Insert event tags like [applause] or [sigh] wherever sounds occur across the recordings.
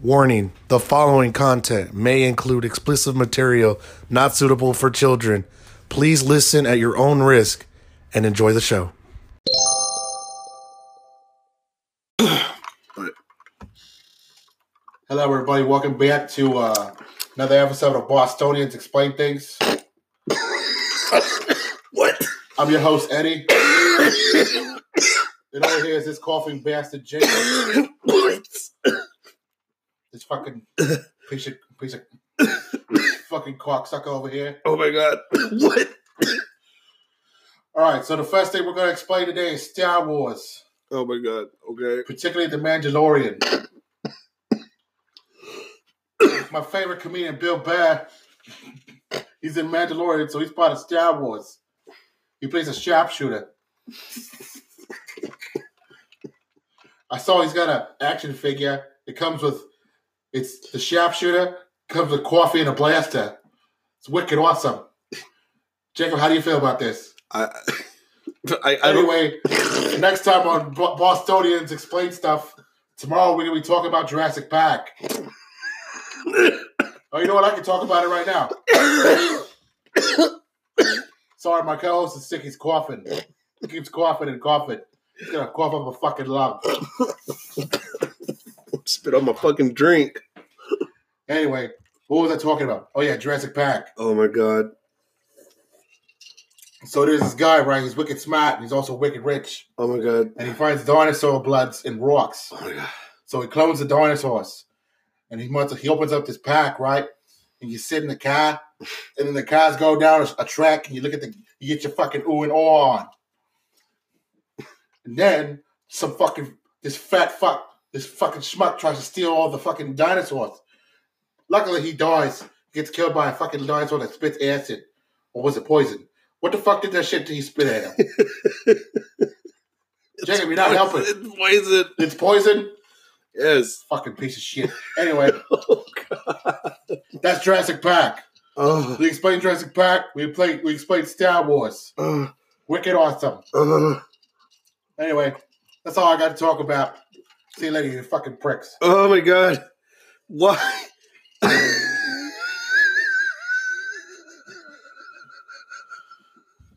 Warning the following content may include explicit material not suitable for children. Please listen at your own risk and enjoy the show. Hello, everybody. Welcome back to uh, another episode of Bostonians Explain Things. What? [laughs] I'm your host, Eddie. [coughs] and over here is this coughing bastard, James. what? This fucking piece of, piece of [coughs] fucking cocksucker over here. Oh my god. What? All right, so the first thing we're going to explain today is Star Wars, Oh my god. Okay. particularly The Mandalorian. [coughs] My favorite comedian, Bill Burr, he's in Mandalorian, so he's part of Star Wars. He plays a sharpshooter. I saw he's got an action figure. It comes with, it's the sharpshooter, comes with coffee and a blaster. It's wicked awesome. Jacob, how do you feel about this? I [laughs] I, I don't Anyway, next time on Bo- Bostonians Explain Stuff, tomorrow we're going to be talking about Jurassic Park. oh, you know what? I can talk about it right now. Sorry, my co host is sick. He's coughing. He keeps coughing and coughing. He's going to cough up a fucking lung. [laughs] spit on my fucking drink. Anyway, what was I talking about? Oh, yeah, Jurassic Park. Oh my god. So there's this guy, right? He's wicked smart and he's also wicked rich. Oh my god. And he finds dinosaur bloods in rocks. Oh my god. So he clones the dinosaurs, and he wants he opens up this pack, right? And you sit in the car, and then the cars go down a, a track, and you look at the you get your fucking ooh and awe on. And then some fucking this fat fuck this fucking schmuck tries to steal all the fucking dinosaurs. Luckily, he dies, gets killed by a fucking dinosaur that spits acid, or was it poison? What the fuck did that shit that he spit at him? Jacob, you're not [laughs] helping. It's poison. It's poison. Yes. Fucking piece of shit. Anyway. [laughs] Oh god. That's Jurassic Park. Oh, We explained Jurassic Park. We played. We explained Star Wars. oh, Wicked awesome. oh, Anyway, that's all I got to talk about. See you later, you fucking pricks. oh my god. Why? [laughs]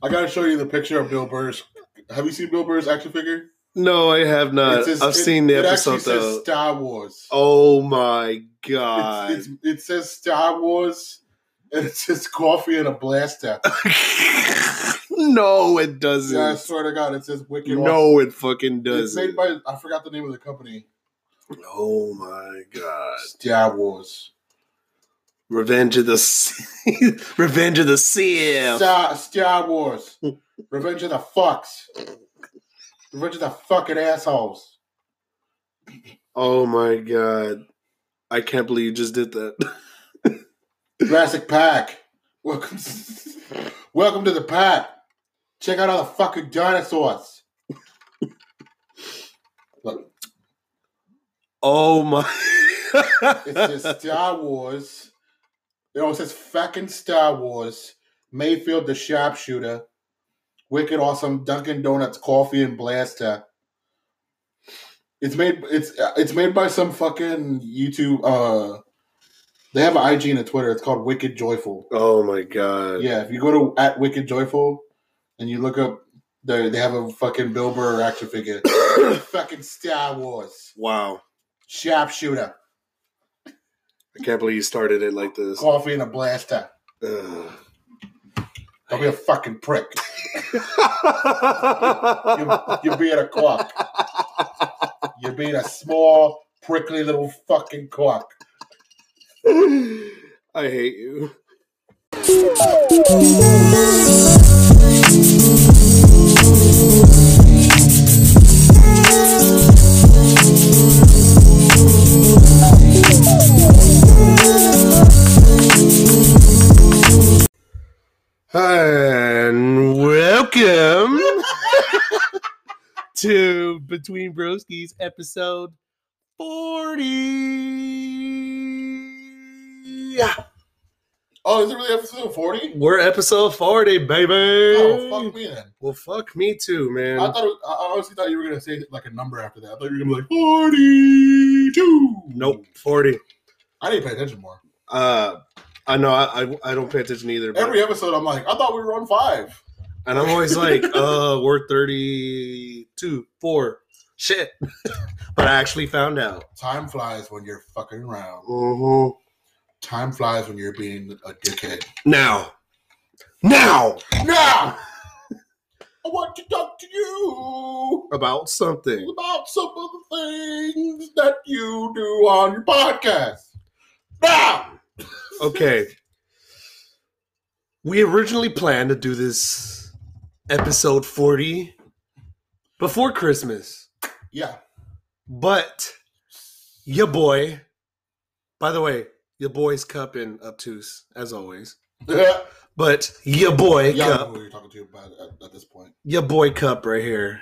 I got to show you the picture of Bill Burr's. Have you seen Bill Burr's action figure? No, I have not. It says- Uh, I've it- seen the it episode actually though. Says Star Wars. oh my It's- god. it's, it says Star Wars, and it says coffee and a [laughs] blaster. no, it doesn't. yeah, I swear to God, it says wicked. awesome. no, it fucking it's doesn't. made by I forgot the name of the company. oh my god. Star Wars. Revenge of the Sith. [laughs] Revenge of the Sith. Star, Star Wars. Revenge of the fucks. Revenge of the fucking assholes. Oh my god. I can't believe you just did that. [laughs] Jurassic Pack. Welcome, [laughs] welcome to the pack. Check out all the fucking dinosaurs. Look, Oh my. it says Star Wars. It all says fucking Star Wars. Mayfield the sharpshooter. Wicked awesome Dunkin' Donuts coffee and blaster. It's made it's it's made by some fucking YouTube uh they have an IG and a Twitter. It's called Wicked Joyful. [laughs] oh my god. Yeah, if you go to at Wicked Joyful and you look up they they have a fucking Bill Burr action figure. fucking Star Wars. wow. Sharpshooter. I can't believe you started it like [laughs] this. [laughs] Coffee and a blaster. Ugh. Don't be a fucking prick. You're, you're being a cock. You're being a small, prickly little fucking cock. [laughs] I hate you. And welcome [laughs] to Between Broskies episode 40. Yeah. Oh, Oh, is it really episode 40? We're episode 40, baby. Oh, fuck me then. Well, fuck me too, man. I thought it was, I I honestly thought you were gonna say like a number after that. I thought you were gonna be like forty-two. nope, 40. I didn't pay attention more. Uh, I know I, I, I don't pay attention either. But, Every episode, I'm like, I thought we were on five. and I'm [laughs] always like, uh, we're 32, 4. Shit. but I actually found out. Time flies when you're fucking around. Mm-hmm. Time flies when you're being a dickhead. Now. Now! Now, I want to talk to you About something. about some of the things that you do on your podcast. Now, Okay. We originally planned to do this episode 40 before Christmas, yeah, [laughs] but your boy, by the way, your boy's cupping obtuse as always, yeah, but your boy yeah. I know cup, who you're talking to about uh, at, at this point. your boy cup right here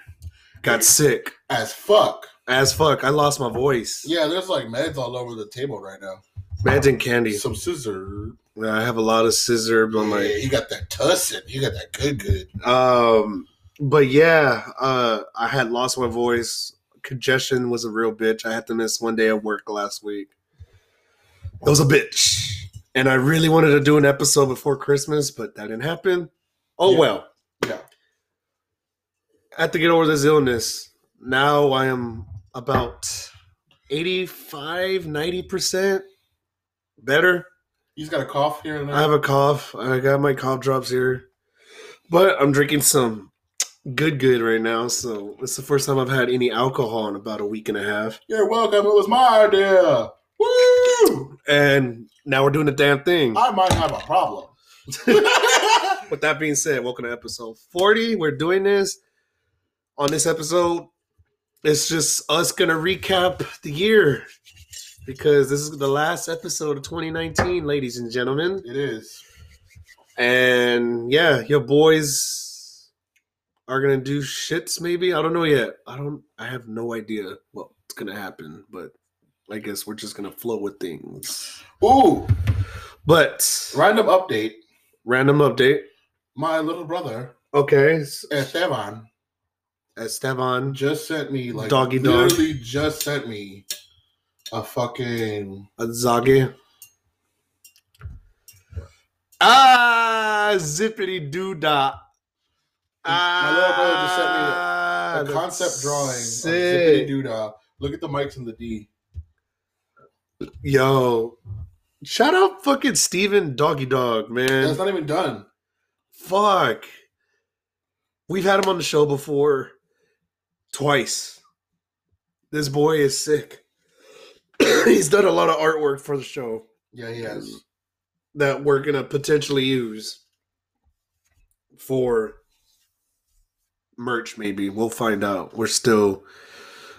got sick As fuck. as fuck. I lost my voice. Yeah, there's like meds all over the table right now. Imagine candy. Some scissor. I have a lot of scissors on my yeah, you got that tussin. You got that good, good. Um, but yeah, uh, I had lost my voice. Congestion was a real bitch. I had to miss one day of work last week. It was a bitch, and I really wanted to do an episode before Christmas, but that didn't happen. Oh Yeah. well. Yeah. I have to get over this illness. Now I am about 85, 90% better. You just got a cough here and there. I have a cough. I got my cough drops here, but I'm drinking some good good right now. So it's the first time I've had any alcohol in about a week and a half. You're welcome. It was my idea. Woo! And now we're doing the damn thing. I might have a [laughs] problem. With that being said, welcome to episode 40. We're doing this on this episode. It's just us gonna recap the year because this is the last episode of 2019, ladies and gentlemen. it is. And yeah, your boys are gonna do shits maybe. I don't know yet. I don't I have no idea what's gonna happen, but I guess we're just gonna flow with things. Ooh, But random update. random update. My little brother, Okay. s- Esteban, Esteban. just sent me like Doggy dog. literally just sent me a fucking Azage. Ah zippity doo dah. My little brother just sent me a- Ah, a concept that's drawing of sick. Zippity Doodah. Look at the mics and the D. Yo, shout out fucking Steven Doggy Dog, man. That's not even done. Fuck. We've had him on the show before twice. This boy is sick. [coughs] He's done a lot of artwork for the show Yeah, he has. that we're going to potentially use for merch, maybe. We'll find out. We're still.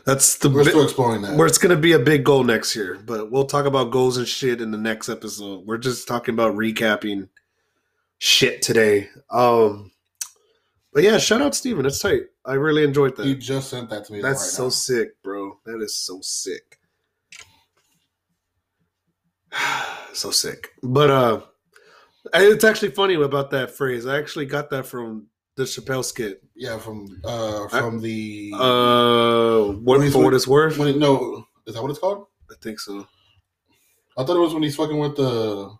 That's the We're bi- still exploring that. where it's going to be a big goal next year, but we'll talk about goals and shit in the next episode. We're just talking about recapping shit today. Um, but yeah, shout out Steven. That's tight. I really enjoyed He that. just sent that to me. That's right so now. sick, bro. That is so sick. [sighs] so sick. But uh it's actually funny about that phrase. I actually got that from the Chappelle skit. yeah from uh from the Uh When what he's for what it's worth? when it, no is that what it's called? I think so. I thought it was when he's fucking with the.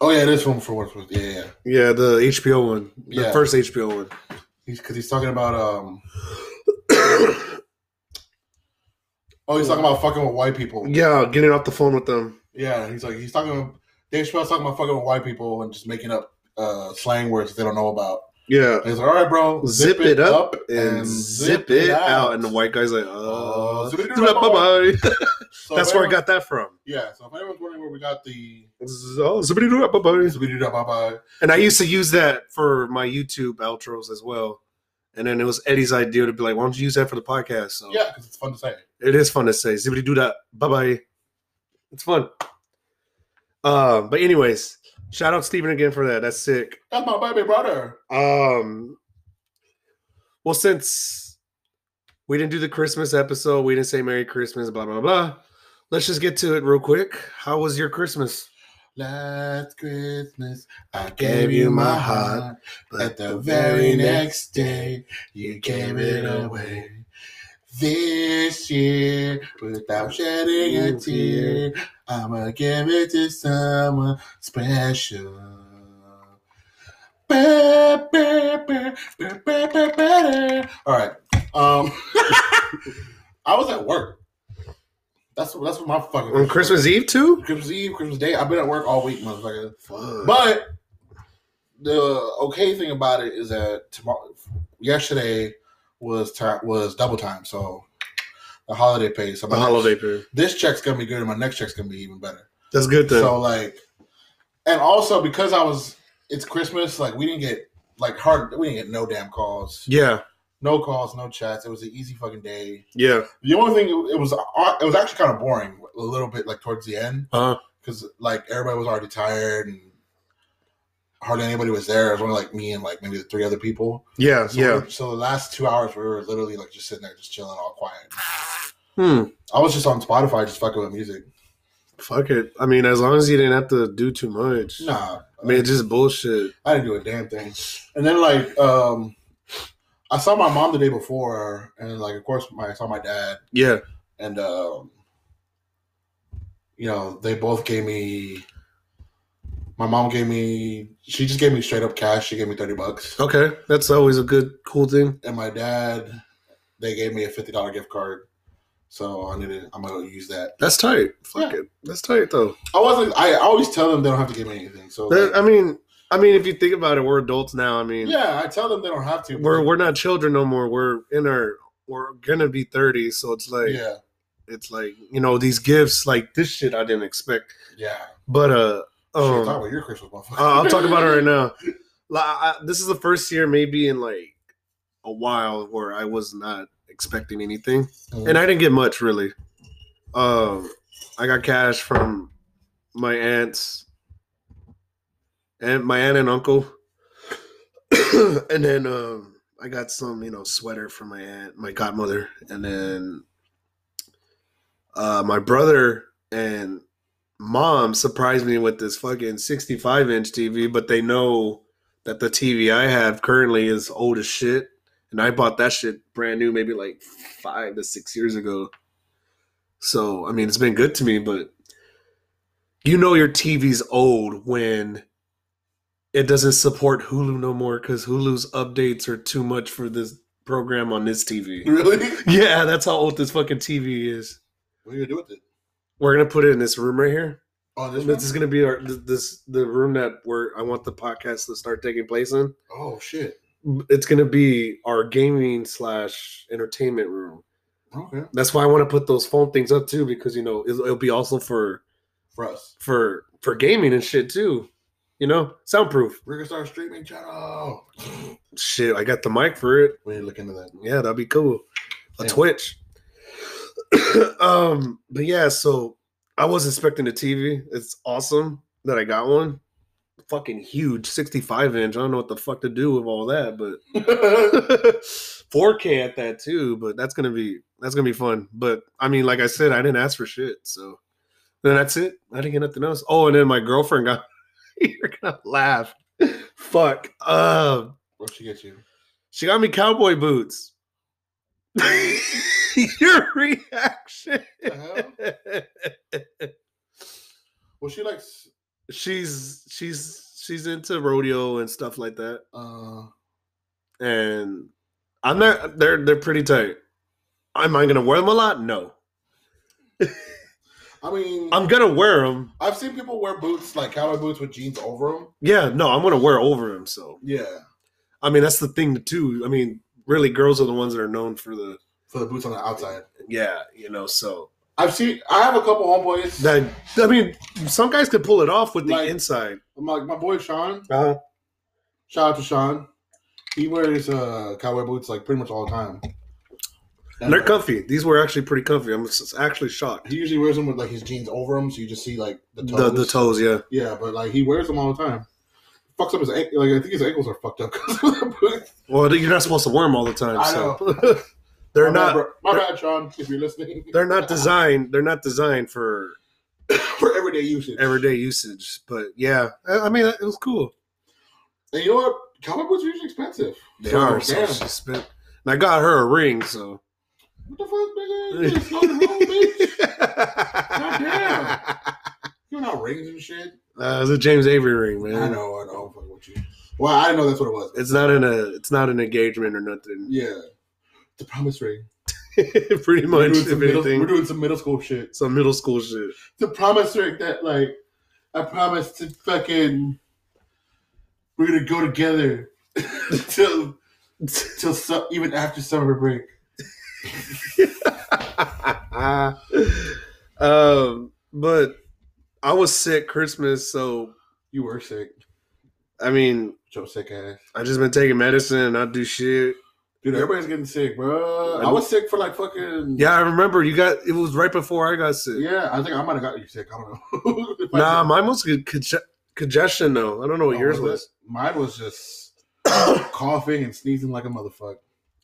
Oh yeah, it is from for what's worth. Yeah, yeah. Yeah, the HBO one. The Yeah. first HBO one. He's because he's talking about um. [coughs] Oh, he's talking about fucking with white people. yeah, getting off the phone with them. Yeah, he's like he's talking. Dave Chappelle's talking about fucking with white people and just making up uh slang words they don't know about. Yeah. And he's like, all right, bro, Zip, it up, and, zip, it out. And the white guy's like, Oh, oh, zippity bye bye. So That's if where I anyone- got that from. Yeah, so if anyone's wondering where we got the Oh, zippity bye bye. Zippity Doo Bye Bye, And I used to use that for my YouTube outros as well. And then it was Eddie's idea to be like, why don't you use that for the podcast? So yeah, because it's fun to say. it is fun to say zippity doo that bye bye. It's fun. Um, but anyways, shout out Steven again for that. That's sick. That's my baby brother. Um, well, since we didn't do the Christmas episode, we didn't say Merry Christmas, blah blah blah. Let's just get to it real quick. How was your Christmas? Last Christmas, I gave you my heart, But the very next day, you gave it away. This year, without shedding a tear, I'ma give it to someone special. Ba- ba- ba- ba- ba- ba- ba- da. All right. Um, [laughs] I was at work. That's that's what my fucking on Christmas Eve too. Christmas Eve, Christmas Day. I've been at work all week, motherfucker. Fuck. But the okay thing about it is that tomorrow, yesterday was time was double time, so the holiday pay. So the my next- holiday period. this check's gonna be good, and my next check's gonna be even better. That's good then. So like, and also because I was, it's Christmas. Like we didn't get like hard. We didn't get no damn calls, yeah, no calls, no chats. It was an easy fucking day. yeah. The only thing it was, it was actually kind of boring a little bit, like towards the end Uh, because like everybody was already tired and hardly anybody was there. It was only like me and like maybe the three other people. yeah, So yeah. So the last two hours we were literally like just sitting there, just chilling, all quiet. Hmm. I was just on Spotify, just fucking with music. Fuck it. I mean, as long as you didn't have to do too much. Nah, I mean, it's just bullshit. I didn't do a damn thing. And then like um, I saw my mom the day before, and like of course my, I saw my dad, Yeah. and um, you know they both gave me. My mom gave me. She just gave me straight up cash. She gave me thirty bucks. [laughs] Okay. That's always a good, cool thing. and my dad they gave me a fifty dollar gift card. So I need to, I'm gonna use that. That's tight. Fuck it. That's tight though. I wasn't. I always tell them they don't have to give me anything. So That- like, I mean, I mean, if you think about it, we're adults now. I mean, yeah, I tell them they don't have to. but- we're we're not children no more. We're in our we're gonna be thirty, so it's like yeah, it's like you know these gifts like this shit I didn't expect, yeah. but uh, Shit, um, talk about your Christmas, motherfucker. Uh, I'll talk about it right now. [laughs] Like, I, this is the first year, maybe in like a while, where I was not expecting anything, Mhm. and I didn't get much really. Um, I got cash from my aunts and my aunt and uncle, [clears throat] and then um, I got some, you know, sweater from my aunt, my godmother, and then uh, my brother and mom surprised me with this fucking 65 inch TV, but they know that the TV I have currently is old as shit. And I bought that shit brand new maybe like five to six years ago. So, I mean, it's been good to me, but you know your TV's old when it doesn't support Hulu no more because Hulu's updates are too much for this program on this TV. [laughs] really? Yeah, that's how old this fucking TV is. What are you gonna do with it? We're going to put it in this room right here. Oh, this This one? is gonna be our th- this the room that we're I want the podcast to start taking place in. Oh shit. It's gonna be our gaming slash entertainment room. Okay. That's why I want to put those phone things up too, because you know it'll, it'll be also for For us, for for gaming and shit too. You know, soundproof. we're gonna start a streaming channel. Shit, I got the mic for it. We need to look into that. Yeah, that'd be cool. A Yeah. Twitch. [coughs] um, but yeah, so I was expecting a TV. It's awesome that I got one. Fucking huge, 65 inch. I don't know what the fuck to do with all that, but 4K at that too. But that's gonna be that's gonna be fun. But I mean, like I said, I didn't ask for shit, so then that's it. I didn't get nothing else. Oh, and then my girlfriend got. [laughs] You're gonna laugh. Fuck. Um, What she get you? she got me cowboy boots. [laughs] Your reaction. What the hell? [laughs] Well, she likes. she's she's she's into rodeo and stuff like that. Uh, And I'm not they're they're pretty tight. Am I gonna wear them a lot? No. I mean, I'm gonna wear them. I've seen people wear boots like cowboy boots with jeans over them. Yeah, no, I'm gonna wear over them. So Yeah, I mean that's the thing too. I mean, really girls are the ones that are known for the for the boots on the outside. yeah, you know, so I've seen. I have a couple homeboys. that I mean some guys could pull it off with the Like- inside. my my boy Sean. Uh-huh. Shout out to Sean. He wears uh, cowboy boots like pretty much all the time. And they're uh, comfy. These were actually pretty comfy. I'm s- actually shocked. he usually wears them with like his jeans over him, so you just see like the toes. The, the toes, yeah. Yeah, but like he wears them all the time. Fucks up his ankle. Like I think his ankles are fucked up because of the [laughs] boots. Well, you're not supposed to wear them all the time. I so. [laughs] they're My bad, not. [laughs] bro. My bad, Sean. If you're listening, They're not designed. They're not designed for for everyday usage. everyday usage. But yeah, I, I mean, it was cool. And you know what? Comic books are usually expensive. They So, are. So damn. she spent, and I got her a ring. So. [laughs] What the fuck, nigga? You just floating around, bitch. damn. You know rings and shit. Uh, it's a James Avery ring, man. I know, I know. I'm fucking with you. Well, I didn't know that's what it was. It's not in a. It's not an engagement or nothing. Yeah, the promise ring. [laughs] We're Pretty much, doing, some if middle, we're anything, doing some middle school shit. some middle school shit. The promise ring that like I promised to fucking we're gonna go together [laughs] till till su- even after summer break. [laughs] um, but I was sick Christmas, so You were sick, I mean, Joe sick ass. I just been taking medicine and I do shit. Dude, everybody's getting sick, bro. I was sick for like fucking Yeah, I remember you got it was right before I got sick. Yeah, I think I might have got you sick. I don't know. [laughs] If I Nah, did- mine was con- conge- congestion though. I don't know what Oh, yours was it? was. Mine was just [coughs] coughing and sneezing like a motherfucker,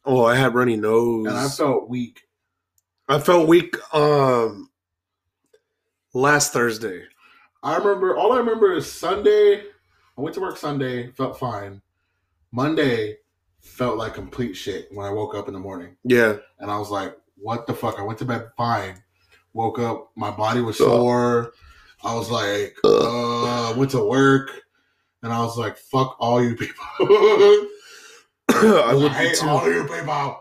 Oh, I had runny nose. and I felt weak. I felt weak um last Thursday. I remember all I remember is Sunday. I went to work Sunday, felt fine. Monday felt like complete shit when I woke up in the morning, Yeah. [clears throat] and I was like, "What the fuck?" I went to bed fine, woke up, my body was sore. I was like, uh, went to work, and I was like, "Fuck all you people." [laughs] I I would be hate all too. you people.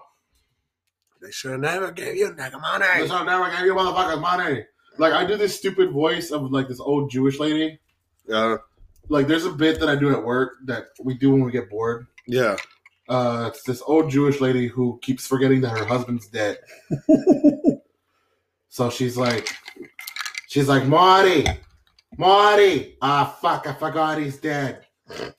They should have never gave you nigga That's money. how never gave you motherfuckers money. Like I do this stupid voice of like this old Jewish lady. Yeah. Like there's a bit that I do at work that we do when we get bored. Yeah. Uh, it's this old Jewish lady who keeps forgetting that her husband's dead. so she's like, she's like Marty, Marty. Ah, fuck! I forgot he's dead. It's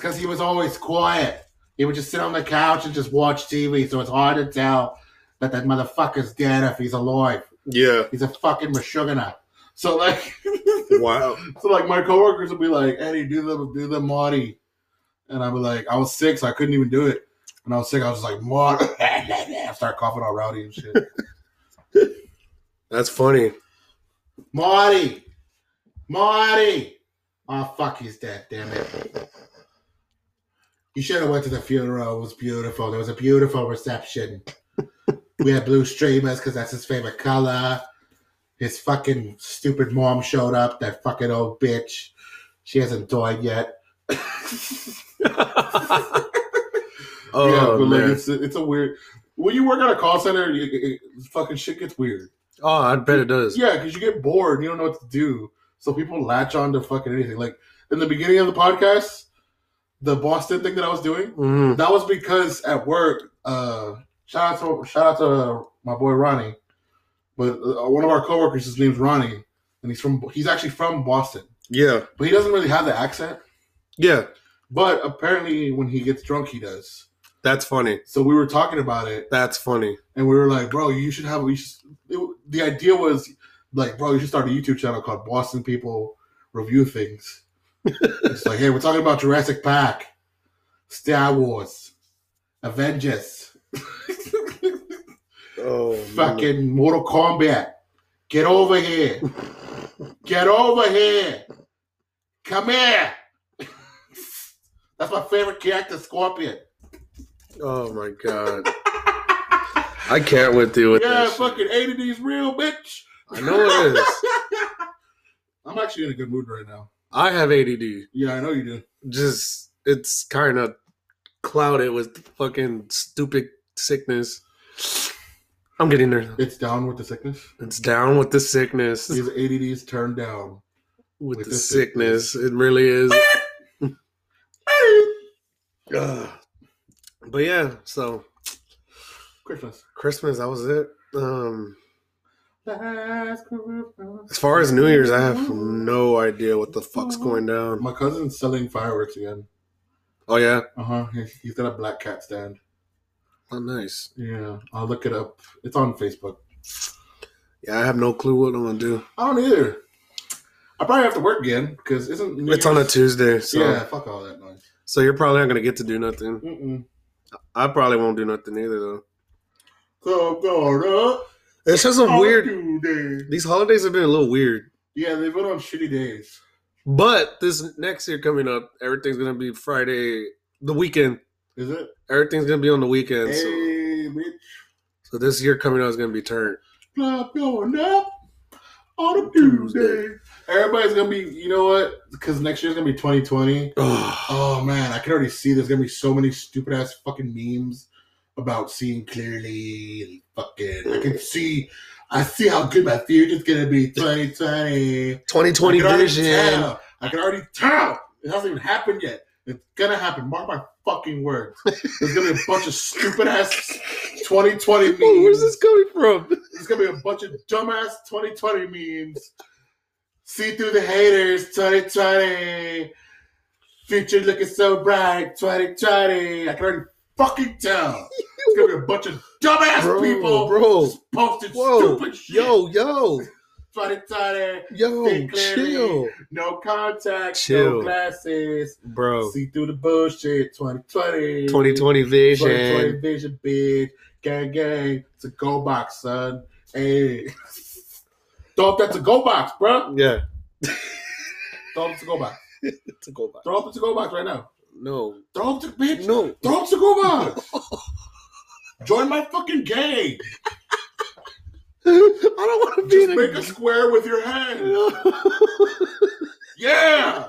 because he was always quiet. He would just sit on the couch and just watch TV. So it's hard to tell that that motherfucker's dead if he's alive. Yeah. He's a fucking Meshuggah. So like, [laughs] Wow. so like my coworkers would be like, Eddie, do the do the Marty, and I'd be like, I was sick, so I couldn't even do it. When I was sick, I was just like Marty, [laughs] I start coughing all rowdy and shit. That's funny. Marty, Marty, oh fuck, he's dead. Damn it. You should have went to the funeral. It was beautiful. There was a beautiful reception. we had blue streamers because that's his favorite color. His fucking stupid mom showed up. That fucking old bitch. She hasn't died yet. oh but like, man. it's, a, it's a weird. When you work at a call center, you, it, it- fucking shit gets weird. Oh, I bet it does. Yeah, because you get bored. You don't know what to do. So people latch on to fucking anything. Like in the beginning of the podcast, the Boston thing that I was doing, Mhm. that was because at work, uh, shout out to shout out to my boy Ronnie, but uh, one of our coworkers, his name's Ronnie, and he's from he's actually from Boston, Yeah. but he doesn't really have the accent. Yeah. But apparently, when he gets drunk, he does. That's funny. So we were talking about it, That's funny. and we were like, "Bro, you should have." We should, it, the idea was like, "Bro, you should start a YouTube channel called Boston People Review Things." it's like, hey, we're talking about Jurassic Park, Star Wars, Avengers, Oh fucking Mortal Kombat. Get over here! Get over here! Come here! [laughs] That's my favorite character, Scorpion. Oh my god. I can't with you with Yeah, that. shit. fucking eight of these real, bitch. I know it is. I'm actually in a good mood right now. I have ADD. Yeah, I know you do. Just it's kind of clouded with fucking stupid sickness. I'm getting there. It's down with the sickness. It's down with the sickness. These ADDs turned down. With with the the sickness, it really is. Ugh. But yeah, so Christmas. Christmas, that was it. Um, Last Christmas. as far as New Year's, I have no idea what the fuck's going down. My cousin's selling fireworks again. Oh yeah, Uh huh. He's got a black cat stand. oh nice. Yeah, I'll look it up. It's on Facebook. Yeah, I have no clue what I'm gonna do. I don't either. I probably have to work again because isn't New It's on a Year's- Tuesday, so Yeah, fuck all that noise. so you're probably not gonna get to do nothing. Mm-mm. I probably won't do nothing either though. So I'm going up It's just a on weird. Tuesday. Oh. These holidays have been a little weird. Yeah, they vote on shitty days. But this next year coming up, everything's gonna be Friday, the weekend. Is it? Everything's gonna be on the weekend. So, Hey, bitch. so this year coming out is gonna be turned. Club going up on a Tuesday. Everybody's gonna be, you know what? Because next year's gonna be [sighs] 2020. Oh, Oh man, I can already see there's gonna be so many stupid ass fucking memes about seeing clearly. and Fucking, I can see, I see how good my future's gonna be 2020. 2020 I can already vision. tell. I can already tell. It hasn't even happened yet. It's gonna happen. Mark my fucking words. There's gonna be a bunch of stupid ass 2020 memes. Oh, [laughs] where's this coming from? There's gonna be a bunch of dumbass 2020 memes. See through the haters, 2020. Future looking so bright, 2020. I can already fucking tell. It's gonna be a bunch of dumbass Bro, people bro. just posting Whoa, stupid shit. [laughs] Yo, yo, 2020, yo, Think clearly. chill, no contact, Chill. no glasses. bro. See through the bullshit, 2020. 2020 2020 vision. vision, bitch. Gang, gang. It's a go box, son. Hey. [laughs] Throw up that to go box, bro. Yeah, Throw up to go box. it's a go back. Throw up to go box right now. No, Throw up to bitch. no. Throw up to go box. Join my fucking [laughs] gang. [laughs] I don't want to be Just in make a. a square with your hand. Yeah.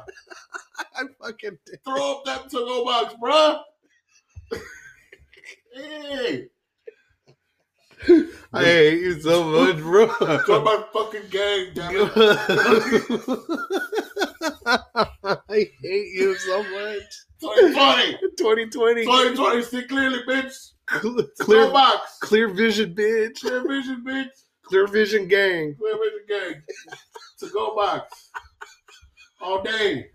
[laughs] I fucking did. Throw up that to go box, bro. [laughs] Hey. I hate you so much, Join bro. my fucking gang, damn it. [laughs] I hate you so much. 2020. 2020 2020, see clearly, bitch. cl- Clear clear box. clear vision, bitch. Clear vision, bitch. Clear vision gang. Clear vision gang. To go box. All day.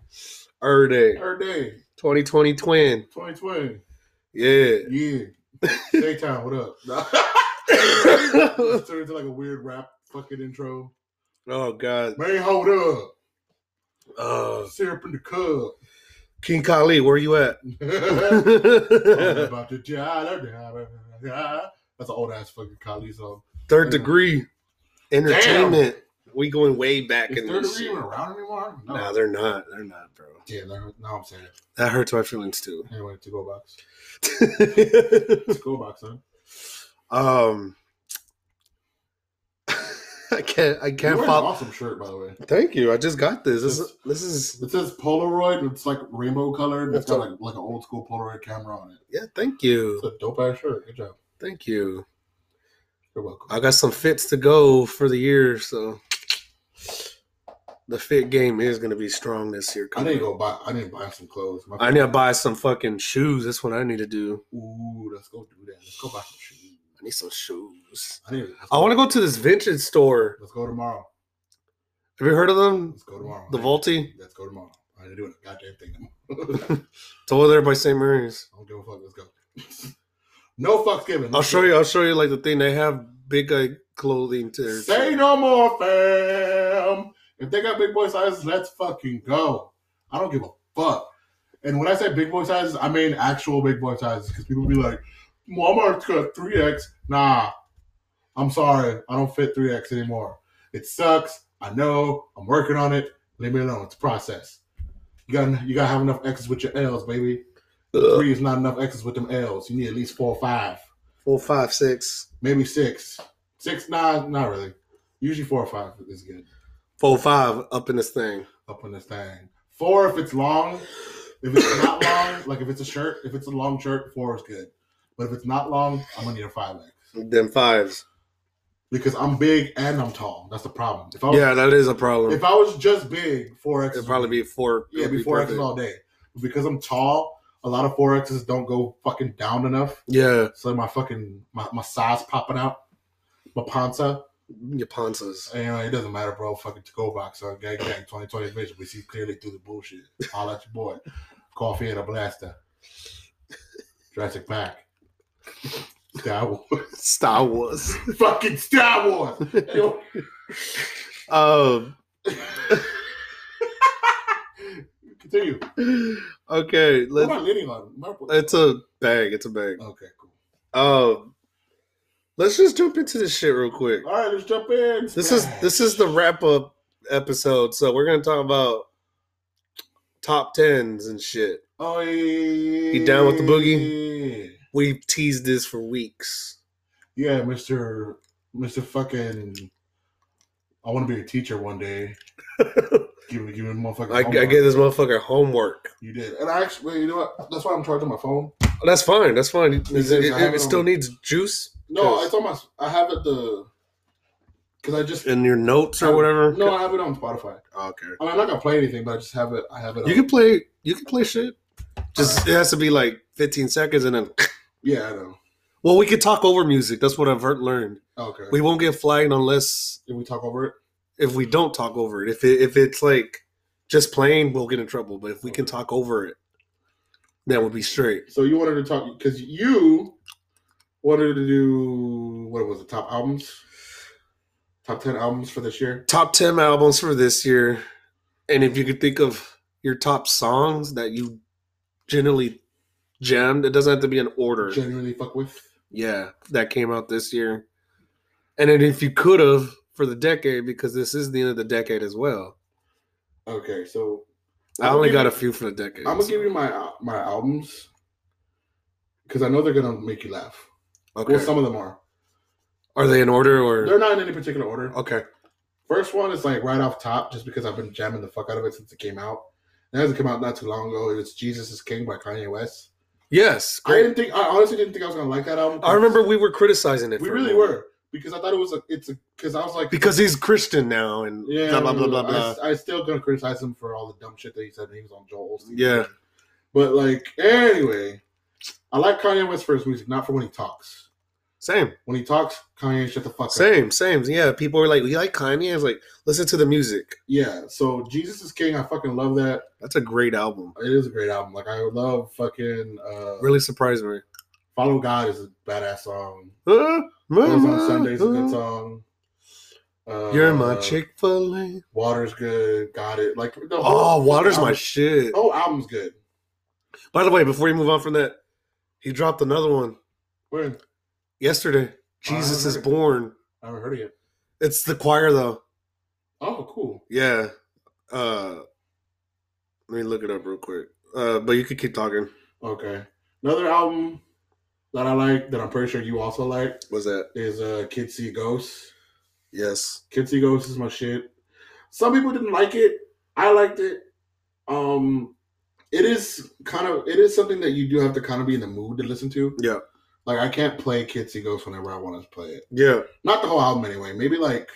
Erday. Every day. 2020 eh. twin. 2020. Yeah. Yeah. Daytime, what up? It's turned into like a weird rap fucking intro. oh God. Man, hold up. Uh, Syrup in the cup. King Kali, where you at? [laughs] I'm about to die. da, da, da, da. That's an old ass fucking Kali song. Third degree. Entertainment. We going way back [laughs] Is in third this. degree even shit. around anymore? No, they're not. They're not, bro. Yeah, no, no, I'm saying it. That hurts my feelings too. Anyway, to go box. [laughs] To go box, huh? um, I can't. I You can't wear an follow. awesome shirt, by the way. Thank you. I just got this. This, is- this is. It says Polaroid. It's like rainbow colored. It's That's got like, like an old school Polaroid camera on it. Yeah. Thank you. It's a dope ass shirt. Good job. Thank you. You're welcome. I got some fits to go for the year, so the fit game is gonna be strong this year. I need to go buy. I need to buy some clothes. My I need to buy some fucking shoes. That's what I need to do. Ooh, let's go do that. Let's go buy some shoes. I need some shoes. I need. Let's I go- want to go to this vintage store. Let's go tomorrow. Have you heard of them? Let's go tomorrow. The I- Vaulty. Let's go tomorrow. I ain't doing a goddamn thing. tomorrow. [laughs] It's over there by St. Mary's. I don't give a fuck. Let's go. [laughs] no fucks given. I'll show you. I'll show you like the thing they have big guy clothing to their Say no more, fam. If they got big boy sizes, let's fucking go. I don't give a fuck. And when I say big boy sizes, I mean actual big boy sizes because people be like, Walmart's got 3X. Nah, I'm sorry. I don't fit 3X anymore. It sucks. I know. I'm working on it. Leave me alone. It's a process. You gotta, you gotta have enough X's with your L's, baby. Ugh. Three is not enough X's with them L's. You need at least four or five four, five, six, maybe six, six, nah, not really. Usually four or five is good four, five up in this thing. up on this thing. Four if it's long. If it's not long, [coughs] like if it's a shirt, if it's a long shirt, four is good. But if it's not long, I'm gonna need a five X Then fives. because I'm big and I'm tall. That's the problem. If I was, Yeah, that is a problem. if I was just big, four X It'd probably be four. yeah, it'd be be four X's perfect. all day. But because I'm tall, a lot of four X's don't go fucking down enough. Yeah, So my fucking my, my size popping out, my panza. your ponzas. Anyway, it doesn't matter, bro. Fucking to go box on gang gang 2020 vision. We see clearly through the bullshit. I'll let your boy. Coffee and a blaster. Jurassic Pack. Star Wars. [laughs] Star Wars. fucking Star Wars. Anyway, Um. Continue. Okay. What am Let's. I leaning on? My- It's a bag. It's a bag. Okay, cool. Um. Let's just jump into this shit real quick. All right, let's jump in. This is Splash. this is the wrap up episode, so we're gonna talk about top tens and shit. Oh, yeah. You down with the boogie? We've teased this for weeks. Yeah, Mister Mister fucking. I want to be a teacher one [laughs] day. give me, give me, motherfucker. I, I gave this motherfucker homework. You did, and I actually, you know what? That's why I'm charging my phone. That's fine. That's fine. It, Because it- I have it it still on- needs juice No, it's on my. I have it the. Because I just in your notes or whatever. No, I have it on Spotify. okay. I mean, I'm not gonna play anything, but I just have it. I have it. You on. can play. You can play shit. Just it has to be like 15 seconds, and then Yeah, I know. well, we could talk over music. That's what I've heard, learned. Okay. We won't get flagged unless Did we talk over it? if we don't talk over it. If it, if it's like just playing, we'll get in trouble. But if we can talk over it, that would be straight. So you wanted to talk because you wanted to do what was it? Top albums, top ten albums for this year. Top 10 albums for this year, and if you could think of your top songs that you generally jammed, it doesn't have to be in order. Genuinely fuck with. Yeah, that came out this year. And then if you could have for the decade, because this is the end of the decade as well. Okay, so I I'll only give got you- a few for the decade. I'm gonna give you my al- my albums because I know they're gonna make you laugh. okay. Well, some of them are. Are they in order or They're not in any particular order. okay? First one is like right off top, just because I've been jamming the fuck out of it since it came out. It hasn't come out not too long ago. It's Jesus is King by Kanye West. Yes, I great. didn't think. I honestly didn't think I was gonna like that album. I, remember we were criticizing it. we for a really moment. were because I thought it was a. It's a because I was like, because he's Christian now and yeah, blah blah blah blah blah. I, I still gonna criticize him for all the dumb shit that he said. when He was on Joel Osteen. Yeah. but like anyway, I like Kanye West for his music, not for when he talks. Same, When he talks, Kanye shut the fuck up. same, same. Yeah, people were like, "We like Kanye." I was like, "Listen to the music. Yeah. So Jesus is King. I fucking love that. That's a great album." It is a great album. Like I love fucking. Uh, Really surprised me. Follow God is a badass song. Uh, Goes on Sundays is a mm-hmm. good song. Uh, You're my Chick Fil A. Water's good. Got it. Like the Oh, water's my album- shit. the whole album's good. By the way, before you move on from that, he dropped another one Where yesterday. Jesus is heard it. born. I haven't heard it yet. It's the choir though. Oh, cool. Yeah. Uh let me look it up real quick. Uh but you could keep talking. Okay. Another album that I like that I'm pretty sure you also like What's that? is uh Kids See Ghosts. Yes. Kids See Ghosts is my shit. Some people didn't like it. I liked it. Um it is kind of it is something that you do have to kind of be in the mood to listen to. Yeah. Like I can't play Kids See Ghosts whenever I want to play it. Yeah. Not the whole album anyway. Maybe like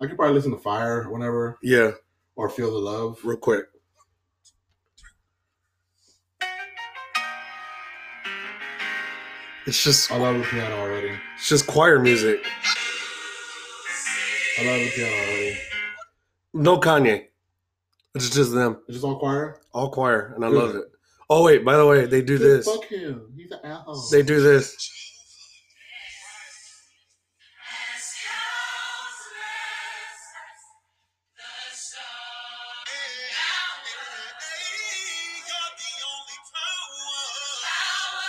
I could probably listen to Fire whenever Yeah. or Feel the Love. Real quick. It's just I love the piano already. it's just choir music. I love the piano already. No Kanye. It's just them. It's just all choir. All choir. And I Good. love it. Oh wait, by the way, they do this. Fuck him. He's an asshole. They do this.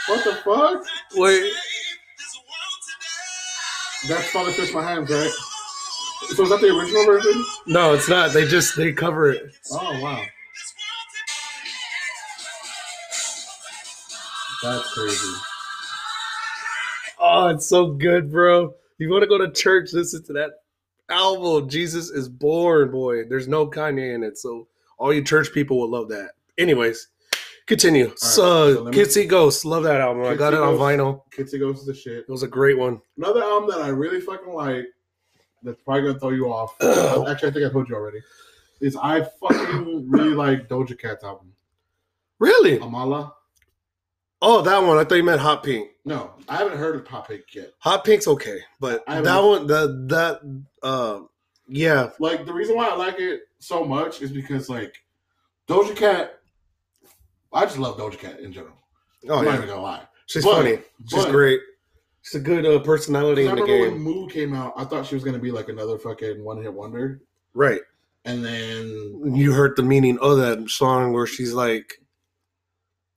What the fuck? Wait. That's Father Twist My Hands, right? So is that the original version? No, it's not. They just they cover it. Oh wow. That's crazy. Oh, it's so good, bro. You want to go to church? Listen to that album. Jesus is born, boy. There's no Kanye in it, so all you church people will love that. Anyways, continue. so, so let me- Kids See Ghosts, love that album. I Kids got See it on Ghosts. vinyl. Kitsy Ghost is the shit. It was a great one. Another album that I really fucking like that's probably gonna throw you [clears throat] off. Ugh. Actually I think I told you already. Is I fucking really like Doja Cat's album. Really? Amala? Oh, that one. I thought you meant Hot Pink. No, I haven't heard of Pop Pink yet. Hot Pink's okay, but I that haven't- one, the that, uh, yeah, Like the reason why I like it so much is because like Doja Cat I just love Doja Cat in general. oh I'm not yeah, even gonna lie. she's But- funny. She's but- great. She's a good uh, personality Because I in the remember when game. Moo came out, I thought she was gonna be like another fucking one hit wonder, Right. and then you heard the meaning of that song where she's like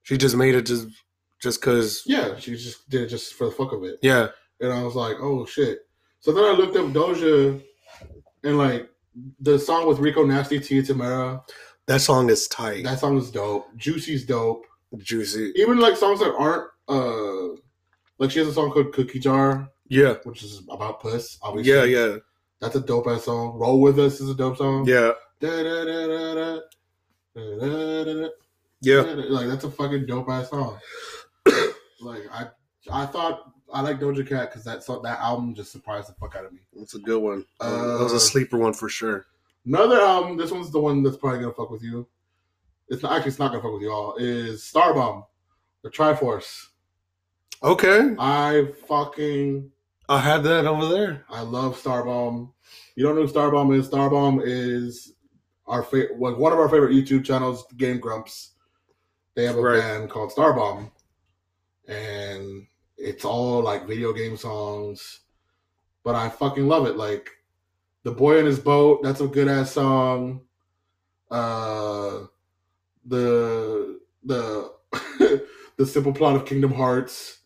she just made it just just cuz yeah, she just did it just for the fuck of it, yeah and I was like, oh shit. So then I looked up Doja, and like the song with Rico Nasty, Tia Tamara. That song is tight. That song is dope. Juicy's dope. Juicy. Even like songs that aren't uh like she has a song called Cookie Jar, Yeah. which is about puss. Obviously, Yeah, yeah. That's a dope ass song. Roll with us is a dope song. Yeah. Da-da-da-da-da. Da-da-da-da. Yeah. Like that's a fucking dope ass song. like I, I thought I like Doja Cat because that song, that album just surprised the fuck out of me. That's a good one. that was Uh, a sleeper one for sure. Another album. This one's the one that's probably gonna fuck with you. It's not actually. It's not gonna fuck with you all. Is Starbomb, the Triforce. Okay. I fucking I had that over there. I love Starbomb. You don't know who Starbomb is? Starbomb is our fa- like one of our favorite YouTube channels, Game Grumps. They have a Right. band called Starbomb, and it's all like video game songs, but I fucking love it. Like the boy in his boat, that's a good ass song. Uh, the the [laughs] the simple plot of Kingdom Hearts.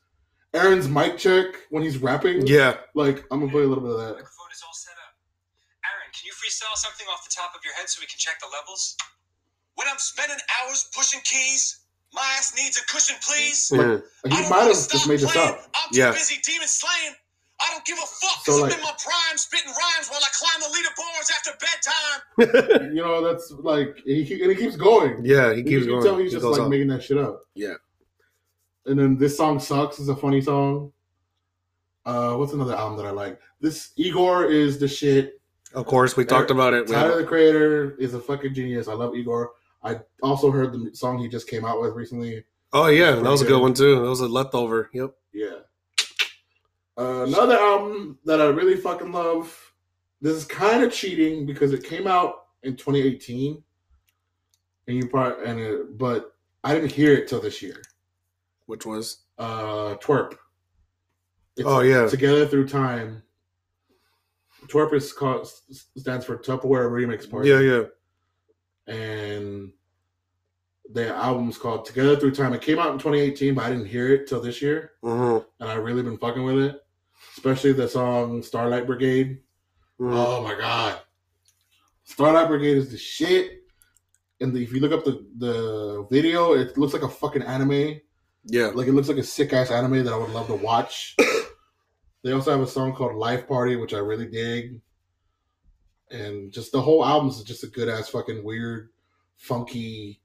Aaron's mic check when he's rapping. Yeah. Like, I'm gonna play a little bit of that. Microphone is all set up. Aaron, can you freestyle something off the top of your head so we can check the levels? When I'm spending hours pushing keys, my ass needs a cushion, please. Yeah. Like, I he might don't wanna have stop just made this playing. up. I'm Yeah. too busy demon slaying. I don't give a fuck because So, I'm like- in my prime spitting rhymes while I climb the leaderboards after bedtime. You know, that's like, he, he- and he keeps going. yeah, he You keeps can going. tell he's just He goes like on. making that shit up. Yeah. And then this song sucks is a funny song. Uh, what's another album that I like? This Igor is the shit. of course, we talked about it. We- Tyler the Creator is a fucking genius. I love Igor. I also heard the song he just came out with recently. oh yeah, that was a Yeah. good one too. That was a leftover. Yep. Yeah. Uh, another album that I really fucking love. This is kind of cheating because it came out in 2018, and you probably and it, but I didn't hear it till this year. Which was Uh, Twerp. It's oh yeah. Together through time. Twerp is called, stands for Tupperware Remix Party. Yeah, yeah. And the album's called Together Through Time. It came out in 2018, but I didn't hear it till this year Mhm, and I really been fucking with it. Especially the song Starlight Brigade. mhm. Oh my god. Starlight Brigade is the shit. And the, if you look up the, the video, it looks like a fucking anime. yeah. Like it looks like a sick ass anime that I would love to watch. they also have a song called Life Party, which I really dig. And just the whole album is just a good ass fucking weird, funky,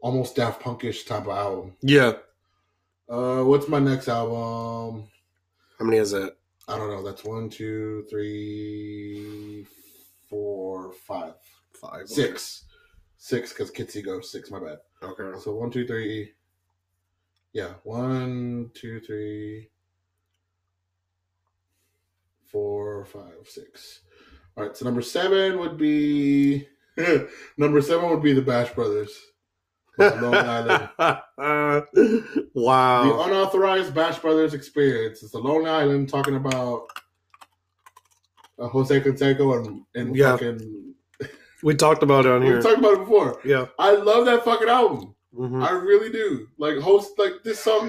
almost Daft Punkish type of album. Yeah. Uh, what's my next album? How many is that? I don't know. That's one, two, three, four, five, Five. okay. six, six. Because Kitsy goes six. My bad. Okay. So one, two, three. Yeah, one, two, three, four, five, six. All right. So number seven would be [laughs] number seven would be the Bash Brothers. with Long [laughs] Island. The wow. unauthorized Bash Brothers experience. It's a Long Island talking about uh, Jose Canseco and, and Yeah. fucking. We talked about it on We here. talked about it before. yeah. I love that fucking album. Mhm. I really do. Like host, like this song.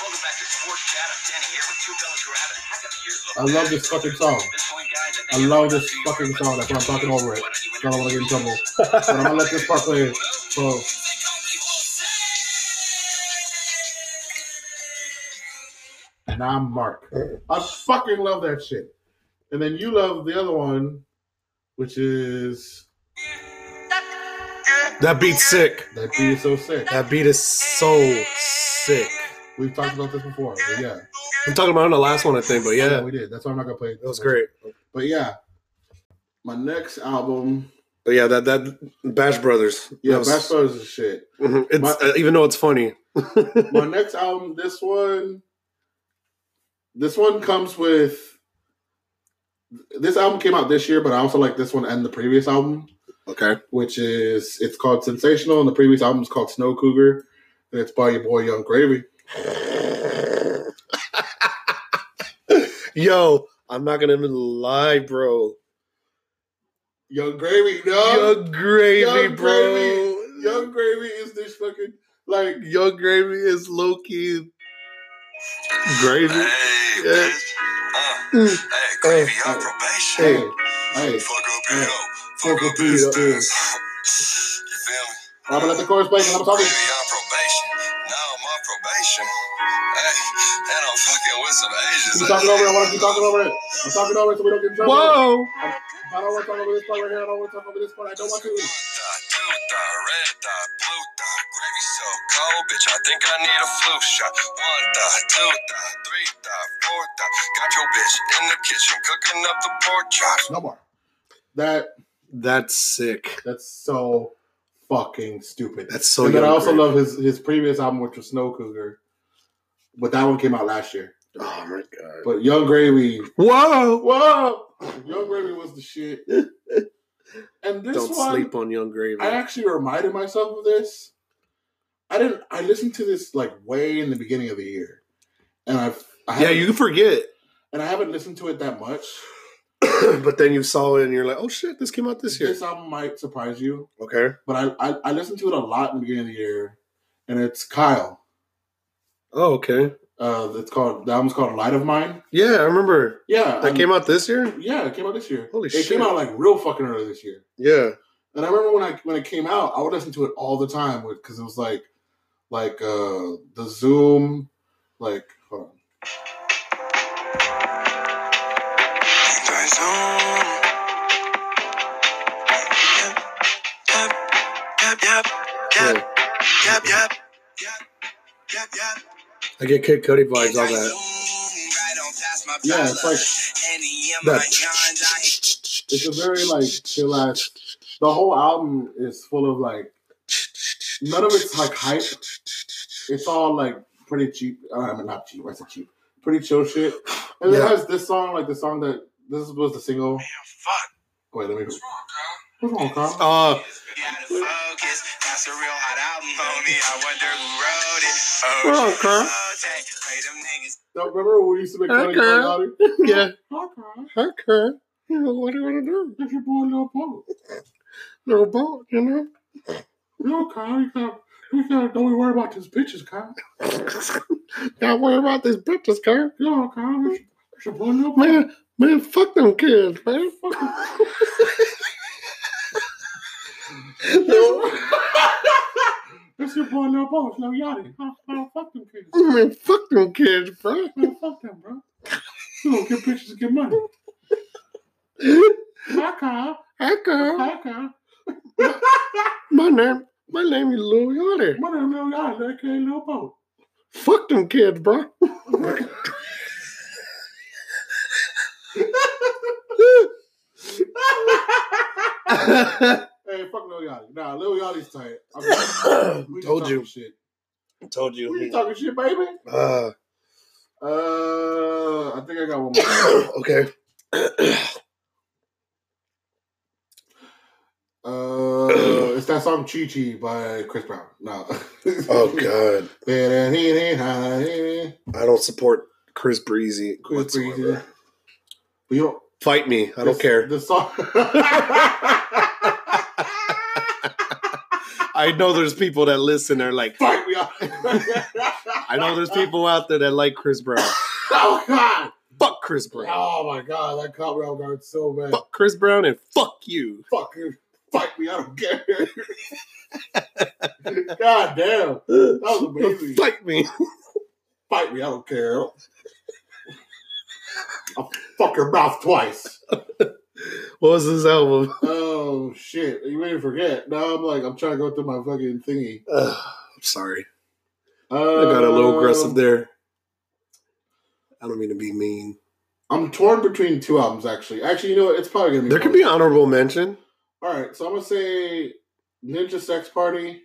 Welcome back to Sports Chat. I'm Danny here with two fellas who are having a heck of a year. I love this fucking song. this point, guys, I love this fucking song. That's why I'm talking over it. So I don't want to get in trouble. But I'm gonna let this part play. So and I'm Mark. I fucking love that shit. And then you love the other one, which is That beat's sick. that be so sick. That beat is so sick. We've talked about this before, but yeah, We talked about it on the last one, I think. But yeah, we did. That's why I'm not gonna play. It that was great. But yeah, my next album, But yeah, that that Bash Brothers. yeah, That was- Bash Brothers is shit. Mhm. It's My- uh, even though it's funny. my next album, this one, this one comes with. This album came out this year, but I also like this one and the previous album, Okay. which is it's called Sensational, and the previous album is called Snow Cougar, and it's by your boy Young Gravy. Yo, I'm not gonna even lie, bro. Young Gravy, no, Young Gravy, Young bro. Gravy. Young Gravy is this fucking like Young Gravy is low key. Gravy. Yeah. Hey, bitch. Uh, Hey, gravy on probation. Hey, hey. Fuck up Hey. yo. Fuck Fuck up up this yo. dance. You feel me? I'm gonna let the chorus play and I'm talking. Gravy on probation. Now I'm on probation. Hey, and I'm fucking with some Asians. Keep talking over it. I want to keep talking over it. I'm talking over it so we don't get in trouble. Whoa! I don't want to talk over this part right here. I don't want to talk over this part. I don't want to. dot, blue dot, red dot, blue dot. Gravy so cold, bitch. I think I need a flu shot. One dot, two dot, three dot, four dot. Got your bitch in the kitchen cooking up the pork chops. No more. That That's sick. that's so fucking stupid. That's so And then I young, also Greg. love his his previous album, which was Snow Cougar, but that one came out last year. Oh my god. But Young Gravy, Whoa! whoa, Young Gravy was the [laughs] shit. And this Don't one, sleep on Young Gravy. I actually reminded myself of this. I didn't. I listened to this like way in the beginning of the year, and I've I yeah, haven't- you forget. and I haven't listened to it that much. [clears throat] but then you saw it and you're like, oh shit, this came out this year. This album might surprise you, Okay. but I I, I listened to it a lot in the beginning of the year, and it's Kyle. Oh, okay. Uh, it's called the album's called Light of Mine. Yeah, I remember. Yeah, That came out this year? Yeah, it came out this year. Holy it shit. came out like real fucking early this year. Yeah. And I remember when I when it came out, I would listen to it all the time because it was like like uh the Zoom, like hold on. yeah. Oh, I get Kid Cody vibes, all that. Yeah, it's like That. it's a very like chill ass. The whole album is full of like none of it's like hype. It's all like pretty cheap. uh, I mean, not cheap. I said cheap. Pretty chill shit. And it Yeah. has this song, like the song that this was the single. Wait, let me. What's wrong, Kyle? Uh, That's a real hot album, homie. I wonder who wrote it. Oh, We're on, Carl. play them niggas. Now, remember when we used to make fun of your Okay. daughter? yeah. Okay. Okay. You know, what do you want to do? That's your boy, Lil Pump. Little boat, you know? [laughs] No, Kyle, you gotta, you gotta, don't worry about these bitches, Kyle. Gotta worry about these bitches, girl. No, Kyle, that's your, that's your boy, Lil Pump. Man, man, fuck them kids, man. Fuck them. That's your boy, Lil Pump. It's Lil Yachty. Huh? Huh? Fuck them kids. man, fuck them kids, bro. Man, fuck them, bro. You don't get bitches to get money. Hi, Kyle. Hi, girl. Hi, Kyle. My name, my name is Lil Yachty. My name is Lil Yachty, aka Lil Pump. Fuck them kids, [laughs] bro. [laughs] Uh, Hey, fuck Lil Yachty. Nah, Lil Yachty's tight. I'm just- we just [coughs] Told talking you. Shit. Told you. We just talking shit, baby. Uh, Uh, I think I got one [coughs] more. okay. Uh, it's that song Chi Chi by Chris Brown. No. [laughs] Oh [laughs] God, Chris I don't support Chris Breezy whatsoever. Breezy. But you don't, Fight me. I don't this- care. The song. [laughs] I know there's people that listen. They're like, Fight me up. I know there's people out there that like Chris Brown. [laughs] Oh, God. fuck Chris Brown. Oh, my God. That caught me off guard so bad. Fuck Chris Brown and fuck you. Fuck you. Fight me. I don't care. [laughs] God damn. That was amazing. Fight me. Fight me, I don't care. [laughs] I'll fuck your mouth twice. What was this album? Oh shit. You made me forget. Now I'm like, I'm trying to go through my fucking thingy. Ugh, I'm sorry. Uh, I got a little aggressive there. I don't mean to be mean. I'm torn between two albums actually. Actually, you know what? It's probably gonna be There could be honorable [laughs] mention. Alright, so I'm gonna say Ninja Sex Party.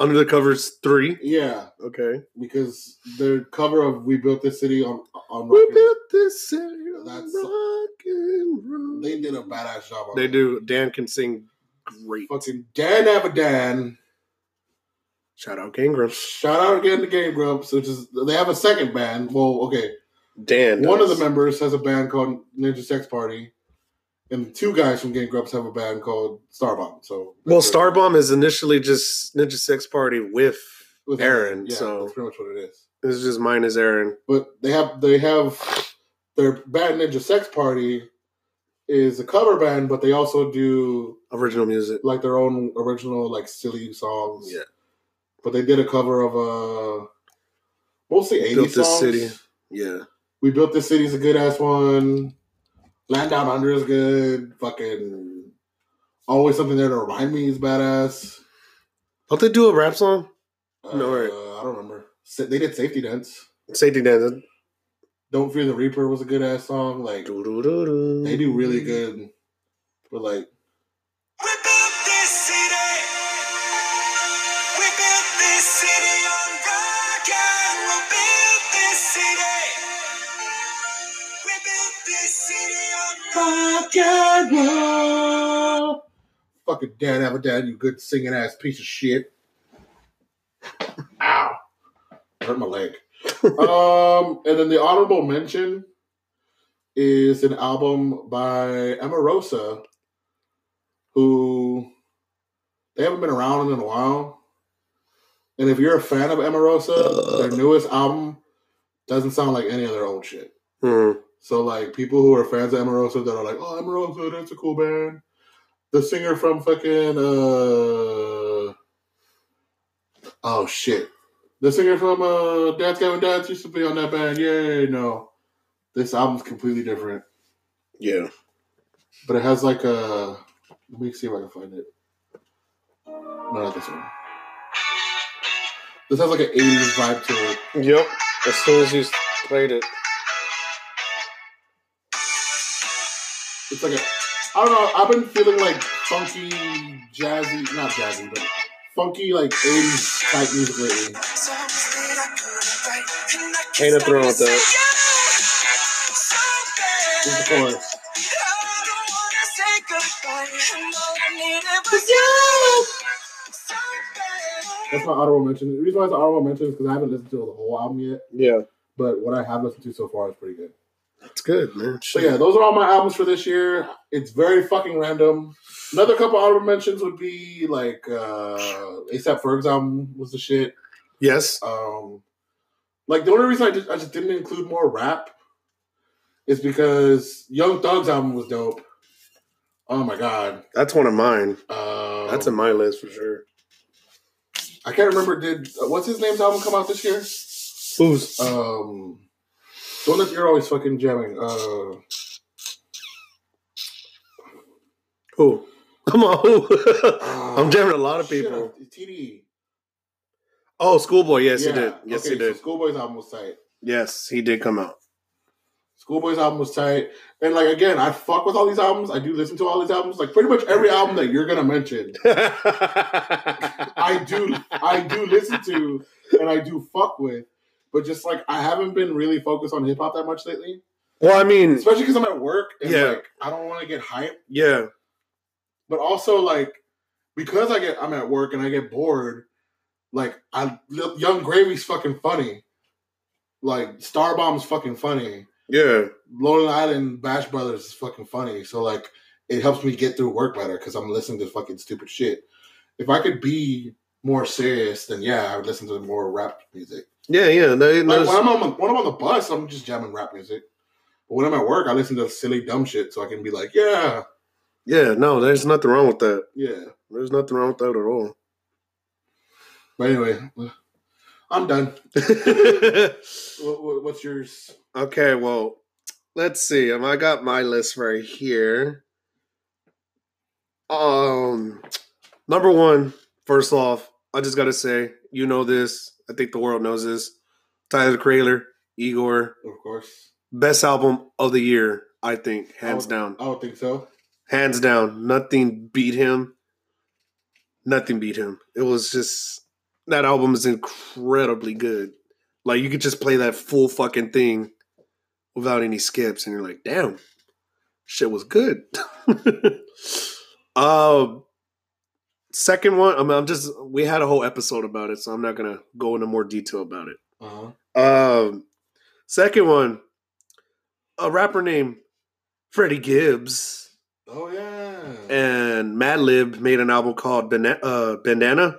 Under the covers three. Yeah, Okay. because their cover of We Built This City on on We record, built this city on That's- rock and roll. they did a badass job on They that. do. Dan can sing great. Fucking Dan Abadan. Shout out Gangram. Shout out again to Game Grumps, which is they have a second band. Well, okay. Dan. One of does. the members has a band called Ninja Sex Party, and two guys from Game Grumps have a band called Starbomb. So Well, that's it. Starbomb is initially just Ninja Sex Party with, With- Aaron. yeah, so that's pretty much what it is. this is just mine is Aaron. But they have they have their band Ninja Sex Party is a cover band, but they also do Original music. like their own original like silly songs. Yeah. But they did a cover of uh mostly 80s Built This songs. City. Yeah. We built this city's a good ass one. Land down under is good. Fucking always something there to remind me is badass. Don't they do a rap song? Uh, No, right. I don't remember. Sa- They did safety dance. Safety dance. Don't fear the reaper was a good ass song. Like they do really good. But like We built this city. We built this city on rock and we built this city. We built this city on rock and roll. Fucking Dan Avedad, you good singing ass piece of shit. Ow. Hurt my leg. um, and then the honorable mention is an album by Amarosa, who they haven't been around in a while. And if you're a fan of Amarosa, their newest album doesn't sound like any of their old shit. Hmm. So like people who are fans of Amarosa that are like, oh Amarosa, that's a cool band. The singer from fucking uh oh shit. The singer from uh Dance Gavin Dance used to be on that band. Yay, no. This album's completely different. Yeah. But it has like a let me see if I can find it. No, not this one. This has like an 80s vibe to it. Yep. As soon as you played it. It's like a, I don't know. I've been feeling like funky, jazzy, not jazzy, but funky like '80s type music lately. rock. Ain't nothing wrong with that. This is the chorus. That's my honorable mention. The reason why it's an honorable mention is because I haven't listened to the whole album yet, Yeah. but what I have listened to so far is pretty good. It's good, man. So yeah, those are all my albums for this year. It's very fucking random. Another couple honorable mentions would be like uh ASAP Ferg's album was the shit. Yes. Um, like the only reason I just, I just didn't include more rap is because Young Thug's album was dope. Oh my god, That's one of mine. um, That's in my list for sure. I can't remember. Did uh, what's his name's album come out this year? Who's? Um, the one that you're always fucking jamming. Uh, Who? Come on. Who? [laughs] I'm jamming a lot of shit, people. uh, TDE. Oh, Schoolboy. Yes, Yeah, he did. Yes, okay, he did. So Schoolboy's album was tight. yes, he did come out. [laughs] Schoolboy's album was tight. And like again, I fuck with all these albums. I do listen to all these albums. Like pretty much every album that you're gonna mention. I do I do listen to and I do fuck with, but just like I haven't been really focused on hip hop that much lately, Well, I mean, especially because I'm at work and Yeah. like I don't want to get hyped, yeah, but also like because I get I'm at work and I get bored, like I Lil- Young Gravy's fucking funny, like Star Bomb's fucking funny, yeah, Lonely Island Bash Brothers is fucking funny, so like it helps me get through work better because I'm listening to fucking stupid shit. If I could be more serious, then yeah, I would listen to more rap music. yeah, yeah. No, Like there's- when I'm on the, when I'm on the bus, I'm just jamming rap music. But when I'm at work, I listen to silly dumb shit so I can be like, yeah, yeah, no, there's nothing wrong with that. yeah. There's nothing wrong with that at all. [laughs] But anyway, I'm done. What, what, what's yours? okay, well, let's see. Um, I got my list right here. Um, number one, first off, I just gotta say, you know this. I think the world knows this. Tyler the Creator, Igor, Of course, best album of the year, I think, I hands would- down. I don't think so. hands down nothing beat him nothing beat him it was just that album is incredibly good like you could just play that full fucking thing without any skips and you're like damn shit was good [laughs] um second one I mean, i'm just we had a whole episode about it so i'm not gonna go into more detail about it Uh-huh. um second one a rapper named freddie gibbs Oh yeah. and Madlib made an album called Bana- uh, Bandana.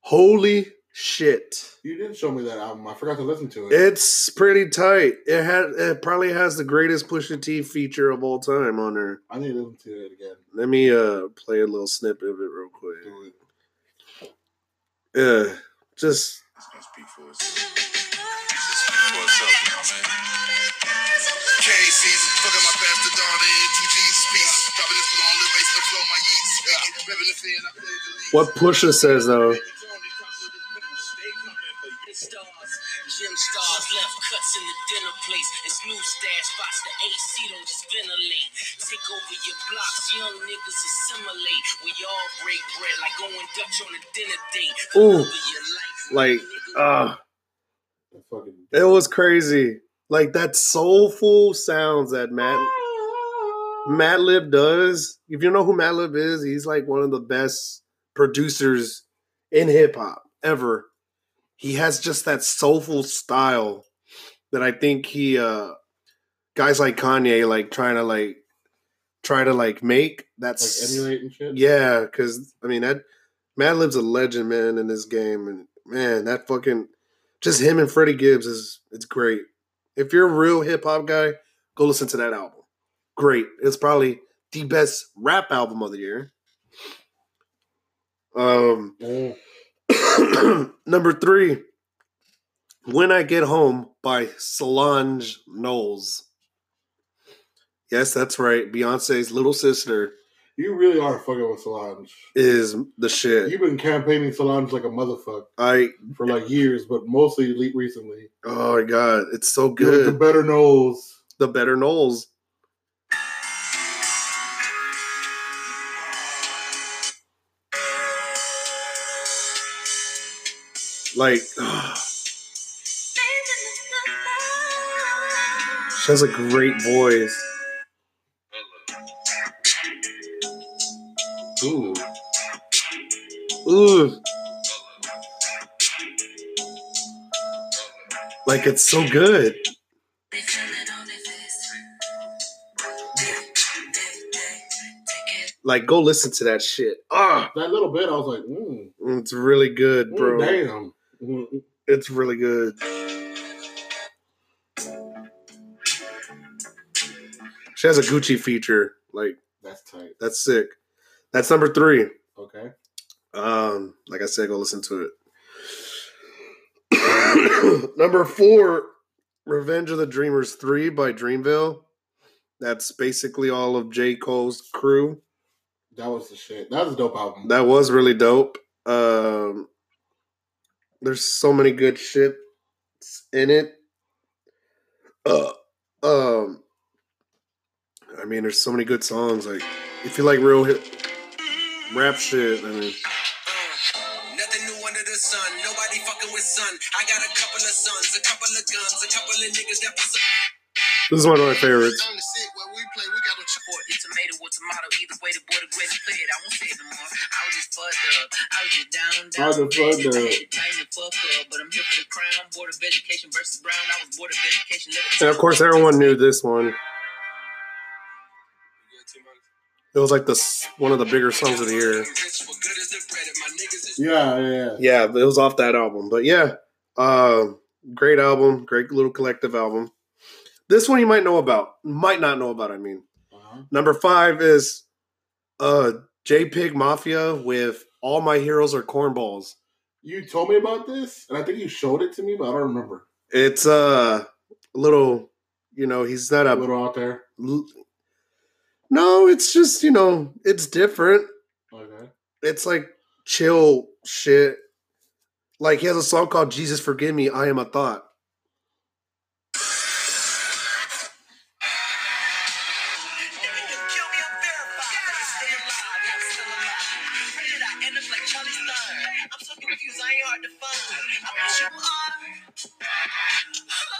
Holy shit. You did show me that album. I forgot to listen to it. It's pretty tight. It had it probably has the greatest Pusha T feature of all time on there. I need to listen to it again. Let me uh play a little snippet of it real quick. Do it. Yeah, just KC's fucking my bastard daughter in two Jesus piece. Dropping this long the base to flow my yeast. Revving the fan, I play the lead. what Pusha says though. Stars, gym stars left cuts in the dinner place. It's new stash spots. The AC don't just ventilate. Take over your blocks, young niggas assimilate. We all break bread like going Dutch on a dinner date. Ooh, Over your life, like uh That fucking- it was crazy. Like that soulful sounds that Matt Madlib does. If you know who Madlib is, he's like one of the best producers in hip hop ever. He has just that soulful style that I think he uh guys like Kanye like trying to like try to like make like that's emulate and shit. yeah, because I mean that Madlib's a legend, man, in this game, and man, that fucking just him and Freddie Gibbs is it's great. If you're a real hip hop guy, go listen to that album. Great, it's probably the best rap album of the year. Um, [clears throat] Mm. number three, "When I Get Home" by Solange Knowles. Yes, that's right. Beyonce's little sister You really are fucking with Solange. is the shit. You've been campaigning Solange like a motherfucker I for like years, but mostly le- recently. oh my god, it's so Give us good. the better nose. The better Knowles. Like [sighs] she has a great voice. Ooh. Ooh. Like it's so good. Like go listen to that shit. Ah, That little bit, I was like, mm, it's really good, mm, bro. damn. Mm, It's really good. She has a Gucci feature. Like That's tight. that's sick. That's number three. Okay. Um, like I said, go listen to it. [coughs] number four, Revenge of the Dreamers three by Dreamville. That's basically all of J Cole's crew. That was the shit. That was a dope album. That was really dope. Um, there's so many good shit in it. Uh, um, I mean, there's so many good songs. Like, if you like real hip rap shit, I mean, Nothing new under the sun. Nobody fucking with son. I got a couple of sons, a couple of guns, a couple of niggas that put some. this is one of my favorites. Only sit where we play. We got no support. It's tomato or tomato. Either way, the boy the greatest player. I won't say it no more. I was just fucked up. I was just down, down. I was just fucked up. bad. I had to tighten the fuck up, but I'm here for the crown. Board of Education versus Brown. I was board of education. Left And of course, everyone knew this one. It was like the s- one of the bigger songs of the year. Yeah, yeah, yeah. Yeah, it was off that album. But yeah, um, great album, great little collective album. This one you might know about, might not know about. I mean, Uh-huh. number five is uh JPEG Mafia with "All My Heroes Are Cornballs." You told me about this, and I think you showed it to me, but I don't remember. It's uh, a little, you know, he's not A a little out there. no. It's just you know, it's different. Okay. It's like chill shit. Like he has a song called "Jesus Forgive Me, I Am a Thought."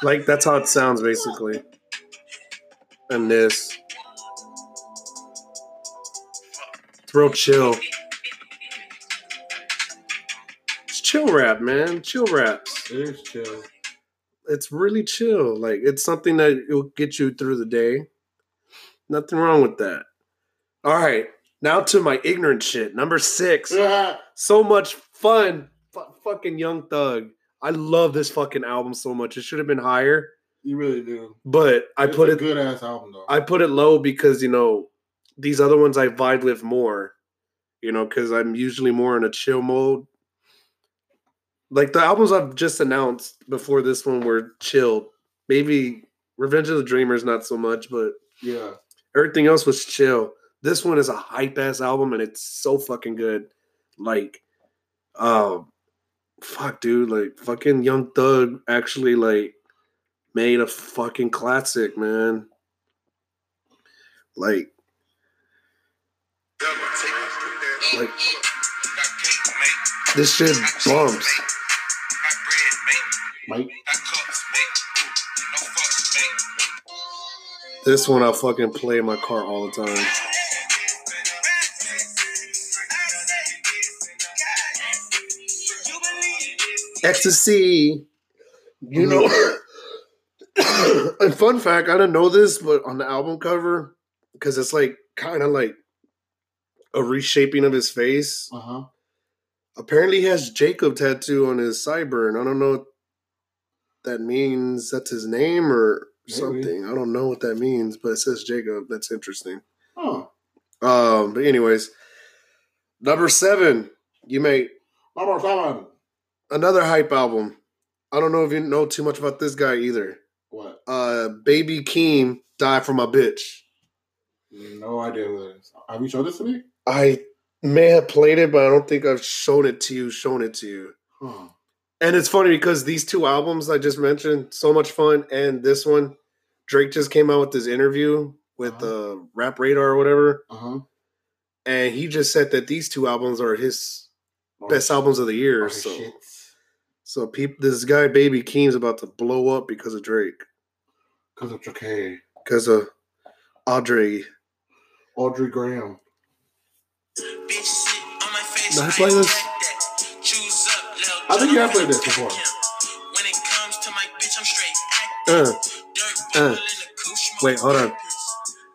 Like that's how it sounds basically. And this. It's real chill. It's chill rap, man. Chill raps. It is chill. [laughs] It's really chill. Like it's something that it will get you through the day. Nothing wrong with that. All right. Now to my ignorant shit. Number six. Yeah. So much fun. Fu- fucking Young Thug. I love this fucking album so much. It should have been higher, You really do. but I It's put a it good ass album though. I put it low because you know these other ones I vibe with more, you know, because I'm usually more in a chill mode. Like the albums I've just announced before this one were chilled. Maybe Revenge of the Dreamers not so much, but yeah. everything else was chill. This one is a hype ass album and it's so fucking good. Like, um, fuck, dude, like fucking Young Thug actually like made a fucking classic, man. Like, like this shit bumps. Mike. This one I fucking play in my car all the time. Ecstasy. You know, [coughs] and fun fact, I didn't know this, but on the album cover, because it's like kind of like a reshaping of his face. Uh huh. Apparently, he has Jacob tattoo on his sideburn. I don't know what that means. That's his name or Maybe. something. I don't know what that means, but it says Jacob. That's interesting. Huh. Um, but anyways, number seven, you make Number seven. another hype album. I don't know if you know too much about this guy either. What? Uh, Baby Keem died from a bitch. No idea what it is. Have you showed this to me? I may have played it, but I don't think I've shown it to you. Shown it to you. Huh. And it's funny because these two albums I just mentioned, so much fun, and this one, Drake just came out with this interview with uh, Rap Radar or whatever, Uh huh. and he just said that these two albums are his Oh, best albums of the year. so. So peop- this guy Baby Keem's about to blow up because of Drake, Because of Drake. because of Audrey. Audrey Graham. Did I play this? I think you have played this before. When it comes to my bitch, I'm straight. Uh, Dirt, Uh. bubble in the coupe, smoke Wait, hold on. papers.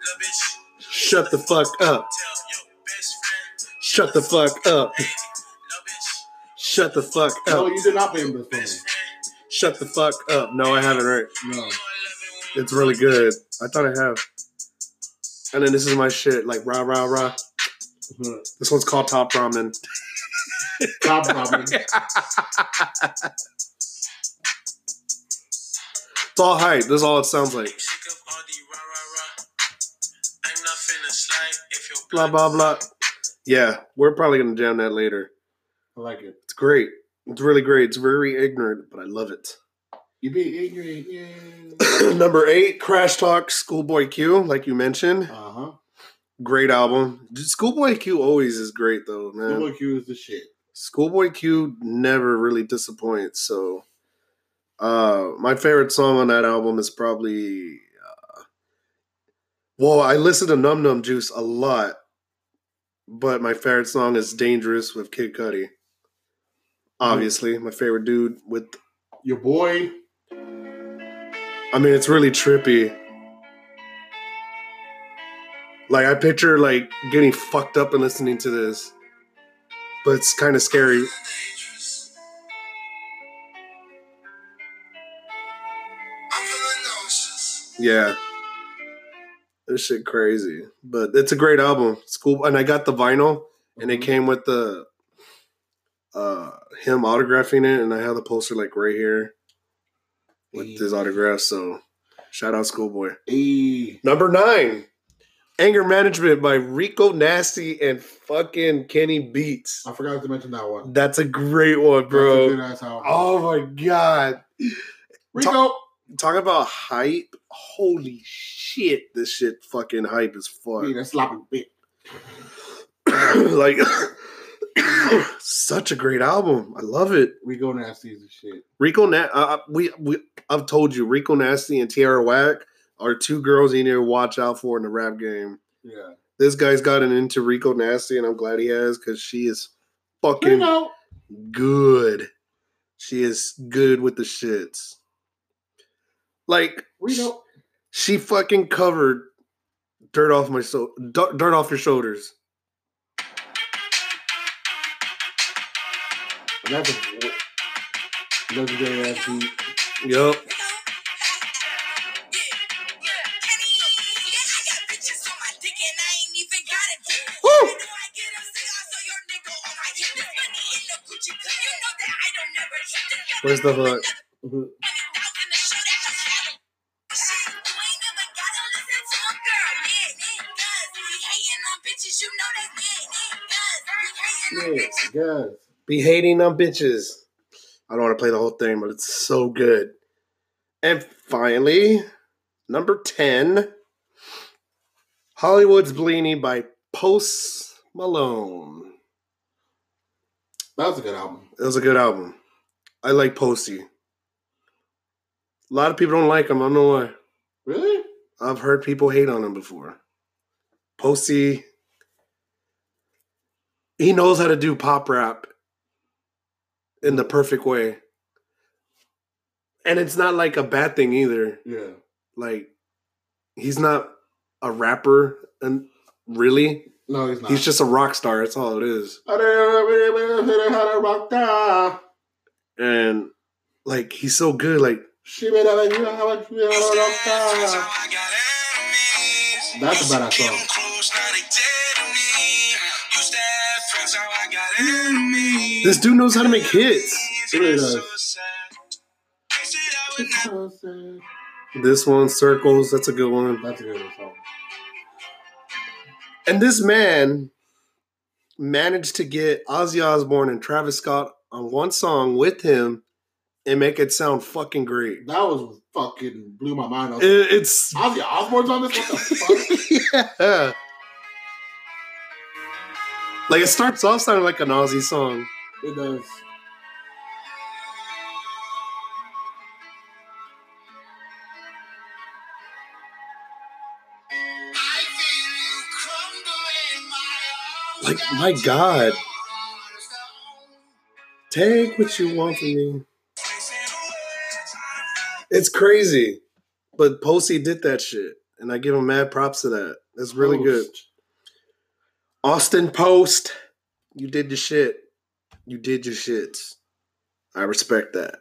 Lil' bitch, shut the fuck up! tell your best friend. Shut the fuck up! Baby, lil' bitch, Shut the fuck No, up! you did not play him this best friend. Shut the fuck up! No, I haven't heard. for me. No. You know I love it when It's really good. I thought I have. And then this is my shit, like rah rah rah. Mm-hmm. This one's called Top Ramen. Top Robin. It's all hype. This is all it sounds like. Sick of all the rah rah rah. I'm not finna slide if you're Blah blah blah. Yeah, we're probably gonna jam that later. I like it. It's great. It's really great. It's very ignorant, but I love it. [clears throat] You be ignorant. Yeah. Number eight, Crash Talk, Schoolboy Q, like you mentioned. Uh huh. Great album. Dude, Schoolboy Q always is great though, man. Look, you is the shit. Schoolboy Q never really disappoints. So, uh, my favorite song on that album is probably. Uh, well, I listen to Num Num Juice a lot, but my favorite song is Dangerous with Kid Cudi. Obviously, my favorite dude with. Your boy. I mean, it's really trippy. Like, I picture, like, getting fucked up and listening to this. But it's kind of scary. dangerous. I'm feeling nauseous. Yeah. This shit crazy. But it's a great album. School and I got the vinyl Mm-hmm. and it came with the uh him autographing it and I have the poster like right here with his autograph. So shout out schoolboy. E. Number nine. Anger Management by Rico Nasty and fucking Kenny Beats. I forgot to mention that one. That's a great one, Good bro. ass album. Oh my god. Rico. Talk about hype. Holy shit. This shit fucking hype as fuck. [clears throat] Be that sloppy bitch. like such a great album. I love it. Rico nasty as the shit. Rico Nat uh, we we I've told you Rico Nasty and Tierra Whack are two girls you need to watch out for in the rap game. Yeah. This guy's gotten into Rico Nasty and I'm glad he has cuz she is fucking Rico. good. She is good with the shits. Like Rico. she fucking covered dirt off my so dirt dirt off your shoulders. And that's a legendary ass beat. Yup. Where's the hook? Yeah, guys. Be hating on bitches. I don't want to play the whole thing, but it's so good. And finally, number 10 Hollywood's Bleeding by Post Malone. That was a good album. It was a good album. I like Posty. A lot of people don't like him. I don't know why. Really? I've heard people hate on him before. Posty, he knows how to do pop rap in the perfect way. And it's not like a bad thing either. Yeah. Like, he's not a rapper, and really, No, he's not. he's just a rock star. That's all it is. And like, he's so good. Like, That's That's about our Give song. them clues, now they dead to me. Used to have friends, now I got enemies. this dude knows how to make hits. He really does. Suicide. They said I would not This one, Circles, that's a good one. That's a good song. And this man managed to get Ozzy Osbourne and Travis Scott on one song with him and make it sound fucking great. That was fucking blew my mind. I was It- it's [laughs] like, Ozzy Osbourne's on this? What the fuck? yeah. Like it starts off sounding like an Ozzy song. It does. Like my God, take what you want from me. It's crazy, but Posey did that shit, and I give him mad props to that. That's Oh, really good. Austin Post, you did your shit. You did your shits. I respect that.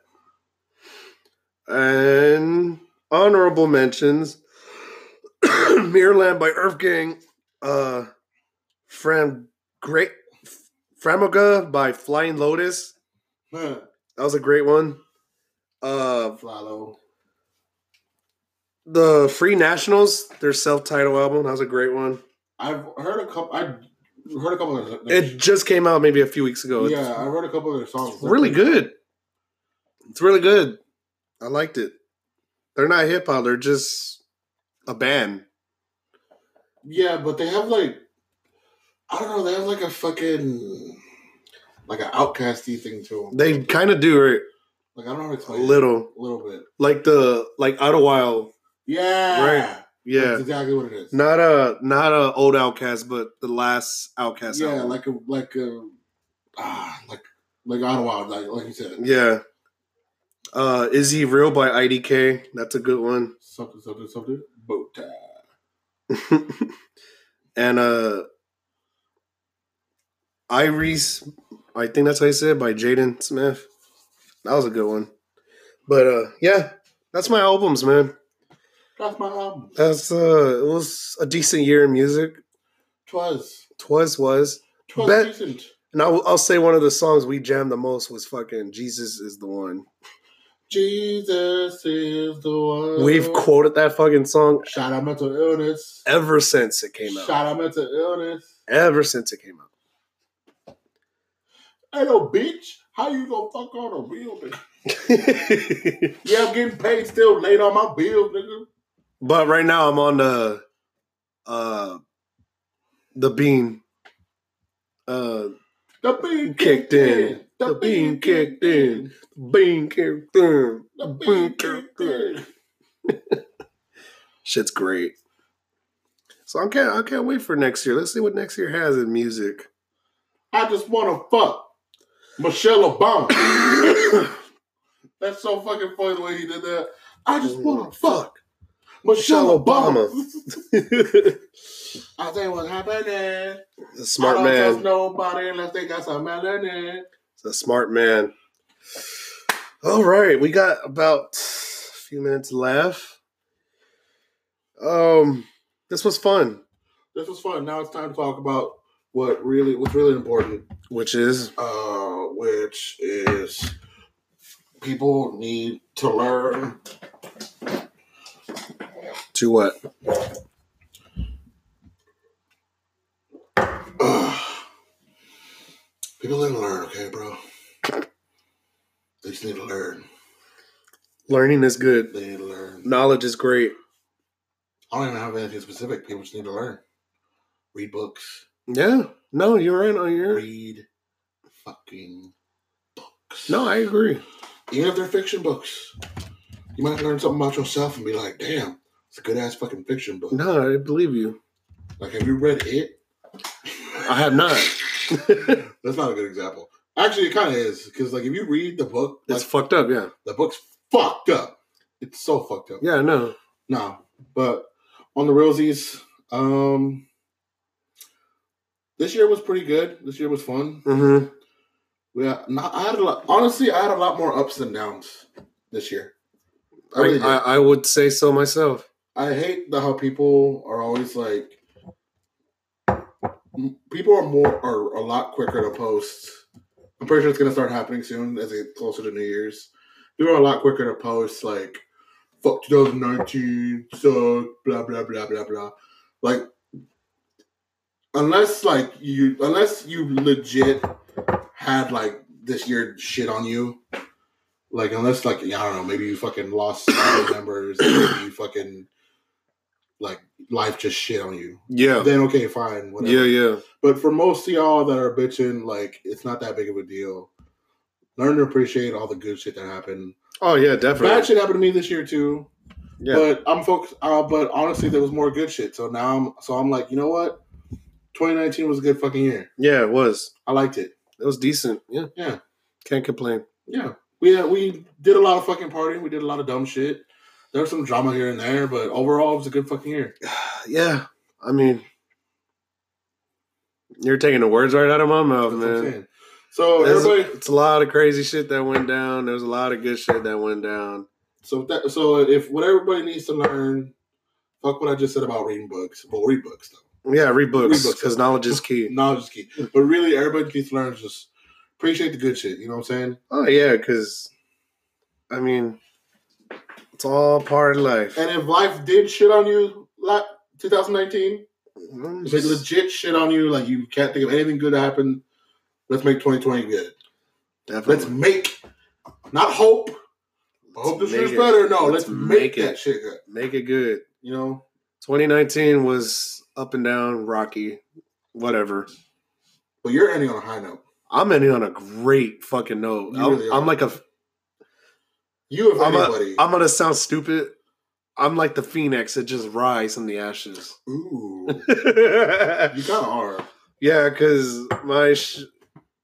And honorable mentions [coughs] Mirrorland by Earth Gang, uh, Fram Great Framoga by Flying Lotus. Huh. That was a great one. Uh, Fly low. the Free Nationals, their self-titled album, that was a great one. I've heard a couple. I heard a couple of their, It just came out maybe a few weeks ago. It's- Yeah, I heard a couple of their songs. really good. It's really good. I liked it. They're not hip hop. They're just a band. Yeah, but they have like I don't know. They have like a fucking like an outcasty thing to them. They kind of do it Like I don't know how to a explain. it. little, a little bit. like the like Out Wild. Yeah, Right. That's Yeah, exactly what it is. not a not a old Outcast, but the last Outcast. yeah, album. like a like a ah, like like Ottawa, like like you said, yeah. Uh, Is he real by IDK? That's a good one. something something something boat tie. [laughs] and uh, Iris, I think that's how you say it by Jaden Smith. That was a good one. But uh, yeah, that's my albums, man. That's my album. That's uh, it was a decent year in music. Twas Twas was, twas Bet- decent. and I'll, I'll say one of the songs we jammed the most was fucking "Jesus Is the One." Jesus is the one. We've quoted that fucking song shout out mental illness. ever since it came out. Shout out mental illness. Ever since it came out. [laughs] Hey, no bitch. How you gonna fuck on a real nigga? Yeah, I'm getting paid still late on my bills, nigga. But right now I'm on the uh the bean. Uh The bean Kicked in. The bean kicked in. bean character. The bean kicked in. Shit's great. So I can't I can't wait for next year. Let's see what next year has in music. [laughs] I just wanna fuck Michelle Obama. That's so fucking funny the way he did that. I just wanna fuck Michelle Michelle Obama. Obama. I say what's happening. The I smart don't trust man. nobody unless they got some melanin. It's the smart man. All right, we got about a few minutes left. Um, this was fun, This was fun. Now it's time to talk about what really what's really important. which is uh, which is people need to learn to what? People need to learn, okay, bro? They just need to learn. Learning is good. They need to learn. Knowledge is great. I don't even have anything specific. People just need to learn. Read books. Yeah. No, you're right. on your Read fucking books. No, I agree. Even if they're fiction books, you might learn something about yourself and be like, damn, it's a good ass fucking fiction book. No, I believe you. Like, have you read it? I have not. it's [laughs] That's not a good example. Actually, it kind of is because, like, if you read the book, like, fucked up. Yeah. the book's fucked up. It's so fucked up. Yeah. No. No, but on the realsies, um, this year was pretty good. This year was fun. Mm-hmm. We had, not, I had a lot, honestly, I had a lot more ups and downs this year. I really did. I, I, I would say so myself. I hate the how people are always like m- people are more are a lot quicker to post. I'm pretty sure it's gonna start happening soon as it gets closer to New Year's. People are a lot quicker to post like fuck 2019 suck blah blah blah blah blah. Like unless like you unless you legit had like this year shit on you. Like unless like I don't know, maybe you fucking lost family members, maybe you fucking like life just shit on you. Yeah. Then okay, fine, whatever. Yeah. Yeah. But for most of y'all that are bitching, like it's not that big of a deal. Learn to appreciate all the good shit that happened. Oh yeah. Definitely. Bad shit happened to me this year too. yeah. But I'm focused. Uh, but honestly, there was more good shit. So now I'm. So I'm like, you know what? 2019 was a good fucking year. yeah. It was. I liked it. It was decent. Yeah. Yeah. Can't complain. Yeah, we had, we did a lot of fucking partying. We did a lot of dumb shit. There was some drama here and there, but overall, it was a good fucking year. Yeah. I mean, you're taking the words right out of my mouth, That's what I'm Oh, man. saying. So There's- everybody, it's a lot of crazy shit that went down. There's a lot of good shit that went down. so that, so if what everybody needs to learn, fuck what I just said about reading books. Well, read books though. Yeah, read books books. because knowledge is key. Knowledge is key, but really, everybody needs to learn is just appreciate the good shit. You know what I'm saying? Oh yeah, because I mean, it's all part of life. And if life did shit on you, like 2019, Mm, if it just- legit shit on you, like you can't think of anything good to happen, let's make 2020 good. definitely. Let's make, not hope. I hope this make year's it- better. No, let's, make, that it. shit good. Make it good. You know, 2019 was up and down, rocky, whatever. but you're ending on a high note. I'm ending on a great fucking note. You I'm, really are. I'm like a. You, if I'm, anybody, a, I'm gonna sound stupid. I'm like the phoenix that just rise from the ashes. [laughs] ooh, you yeah, kind of are. because my sh-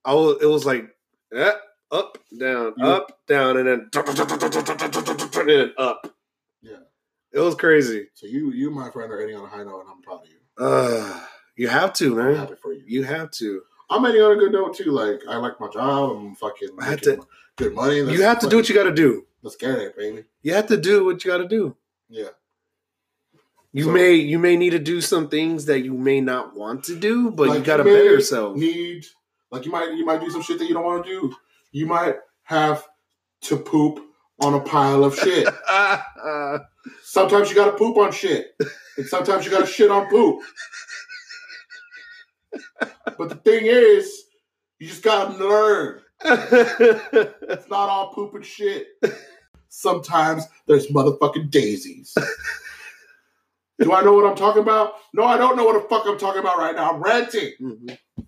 I was, it was like eh, up, down, You- up, down, and then and then up. Yeah. It was crazy. So you, you, my friend, are ending on a high note, and I'm proud of you. Uh, you have to, I'm man. happy for you. You have to. I'm ending on a good note too. Like I like my job. I'm fucking. I had making good money. Let's You have to do what you got to do. Let's get it, baby. You have to do what you got to do. Yeah. You So- may you may need to do some things that you may not want to do, but Like, you got to may [laughs] better yourself. [laughs] Need like you might you might do some shit that you don't want to do. You might have to poop on a pile of [laughs] shit. Sometimes you gotta poop on shit. And sometimes you gotta shit on poop. But the thing is, you just gotta learn. It's not all poop and shit. Sometimes there's motherfucking daisies. Do I know what I'm talking about? No, I don't know what the fuck I'm talking about right now. I'm ranting. Mm-hmm.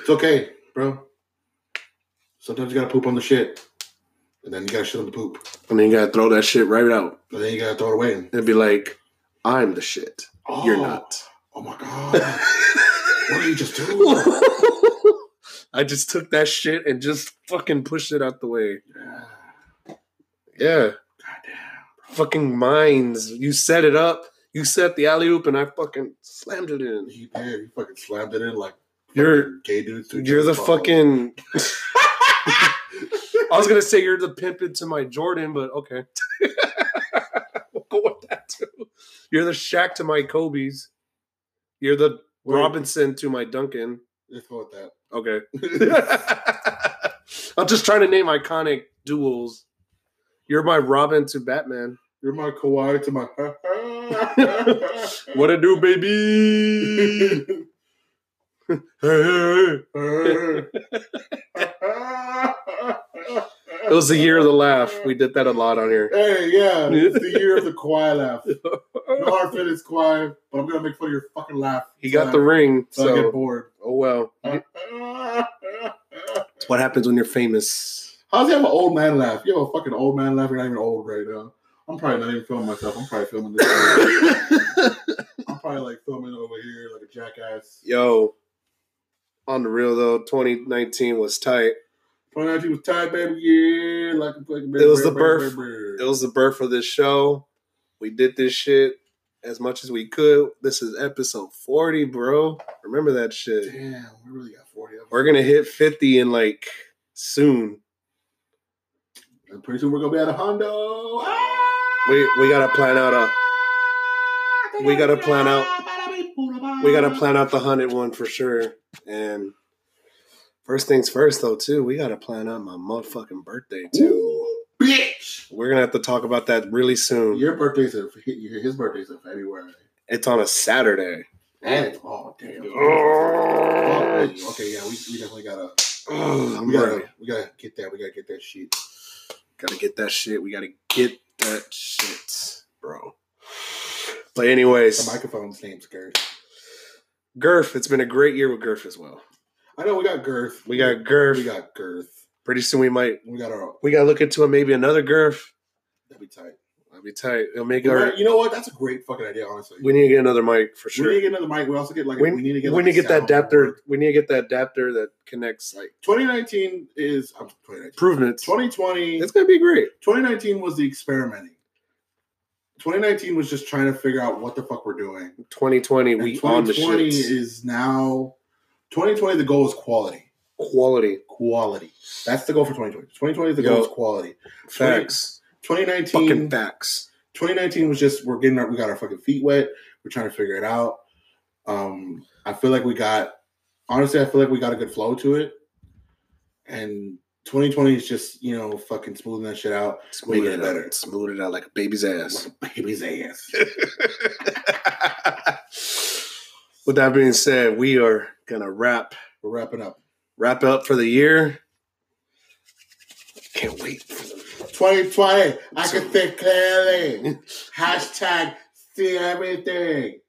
It's okay, bro. Sometimes you gotta poop on the shit. And then you gotta shit on the poop. And then you gotta throw that shit right out And then you gotta throw it away. and be like, "I'm the shit. You're Oh. not." [laughs] Oh my god. what did you just [laughs] do? I just took that shit and just fucking pushed it out the way. Yeah. Fucking minds. You set it up. You set the alley oop, and I fucking slammed it in. He did. He fucking slammed it in like You're Gay dudes. to each you're the other's butthole. fucking. [laughs] I was gonna say you're the pimpin' to my Jordan, but okay. we'll [laughs] go with that too. You're the Shaq to my Kobe's. You're the Wait. Robinson to my Duncan. Let's go with that. [laughs] [laughs] Okay. I'm just trying to name iconic duels. You're my Robin to Batman. You're my Kawhi to my. [laughs] [laughs] What a do, baby. [laughs] it was the year of the laugh. We did that a lot on here. Hey, yeah, it's the year of [laughs] the Kawhi laugh. No hard feelings, Kawhi, but I'm gonna make fun of your fucking laugh. He got the ring, So I get so bored. oh well. How's It's what happens when you're famous. he have an old man laugh? You have a fucking old man laugh. You're not even old right now. I'm probably not even filming myself. I'm probably filming this. I'm probably like filming over here like a jackass. [coughs] Yo, on the real though, 2019 was tight. 2019 was tight, baby. Yeah, like, like It was the birth. It was the birth of this show. We did this shit as much as we could. This is episode 40, bro. Remember that shit. Damn, we really got 40 of We're gonna hit 50 in like soon. them. And pretty soon we're gonna be at a Hondo. We we gotta plan out a we gotta plan out we gotta plan out the hundred one for sure. And first things first though too, we gotta plan out my motherfucking birthday too. Bitch! We're gonna have to talk about that really soon. Your birthday's in his birthday's in February. It's on a Saturday. And it's oh damn. Oh. Ugh, Okay, yeah, we, we definitely gotta I'm we gotta ready. we gotta get that. We gotta get that shit. Gotta get that shit. We gotta get that shit, bro. But anyways, The microphone's name's Girth. Gurf, it's been a great year with Gurf as well. I know we got Girth. We got Gurf. we got Girth. Pretty soon we might We got our we gotta look into it. Maybe another Gurf. that'd be tight. That'd be tight. It'll make You know, our. you know what? That's a great fucking idea, honestly. We need to get another mic for We need sure. to get another mic. We also get like We, we need to get we like, need a to get that soundboard. adapter. We need to get that adapter that connects like 2019 is I'm 2019. improvements. 2020 It's gonna be great. 2019 was the experimenting. 2019 was just trying to figure out what the fuck we're doing. 2020, And we on the 2020 shit. is now 2020. The goal is quality. Quality Quality. That's the goal for 2020. 2020 the Yo. goal is quality. facts, 2019. fucking facts. 2019 was just we're getting our we got our fucking feet wet. We're trying to figure it out. Um, I feel like we got honestly, I feel like we got a good flow to it. And 2020 is just you know fucking smoothing that shit out. Smooth Make it it better. out. Smooth it out like a baby's ass. Like a baby's ass. [laughs] With that being said, we are gonna wrap We're wrapping up. wrap up for the year. Can't wait. [laughs] 2020, I can think [laughs] clearly. Hashtag see everything.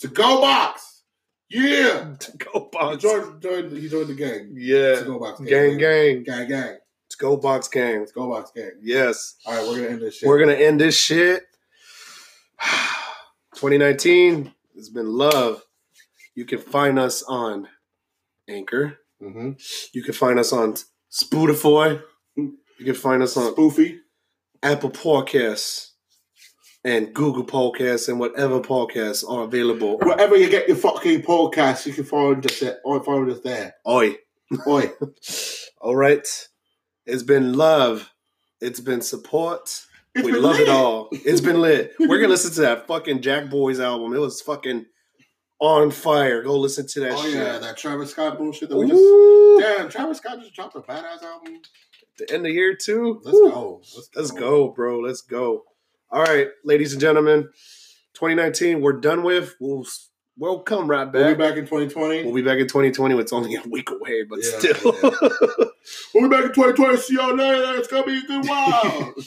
To go box. Yeah. To go He box. joined, joined, he joined the gang. To Yeah. go box. Gang, gang. Gang, gang. Let's go box gang. To go box gang. Yes. All right, we're going to end this shit. We're going to end this shit. [sighs] 2019 has been love. You can find us on Anchor. mm-hmm. You can find us on Spotify. You can find us on Spoofy. Apple Podcasts and Google Podcasts and whatever podcasts are available. Wherever you get your fucking podcast, you can find us there. Or find us there. Oi. Oi. All right. It's been love. It's been support. It's we been love lit. it all. It's been lit. We're [laughs] gonna listen to that fucking Jack Boys album. It was fucking on fire. Go listen to that Oh, shit. yeah, that Travis Scott bullshit that we just. Ooh, Damn, Travis Scott just dropped a badass album. the end of year too. Let's Ooh. go. Let's go. Let's go, bro. Let's go. All right, ladies and gentlemen. 2019, we're done with. We'll we'll come right back. We'll be back in 2020. We'll be back in 2020. It's only a week away, but Yeah, still. We'll be back in 2020. See y'all later. It's gonna be a [laughs] good while. [laughs]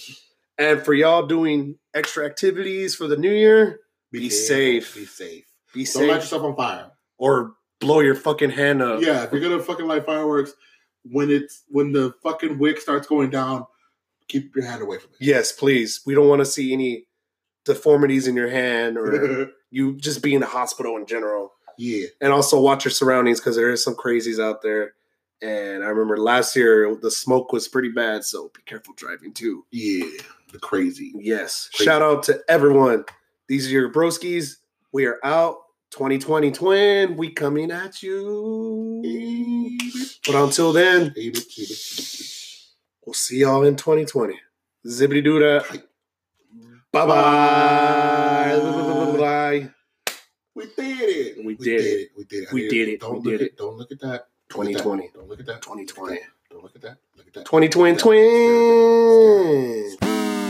and for y'all doing extra activities for the new year, be, safe. Be safe. be Don't light safe yourself on fire. or blow your fucking hand up. Yeah, if you're gonna fucking light fireworks, when it's when the fucking wick starts going down, keep your hand away from it. Yes, please. We don't want to see any deformities in your [laughs] hand or you just be in the hospital in general. yeah. And also watch your surroundings because there is some crazies out there. And I remember last year the smoke was pretty bad, so be careful driving too. Yeah. The crazy. Yes. Crazy. Shout out to everyone. These are your broskies. We are out. 2020 twin, we coming at you. But until then, we'll see y'all in 2020. Zibbity doo dah. Bye bye. Bye. We did it. We did it. We did it. I We did did it. Don't We look did at. Don't look at that. Look at that. 2020. Don't look at that. 2020. Don't look at that. Look at that. 2020 twin.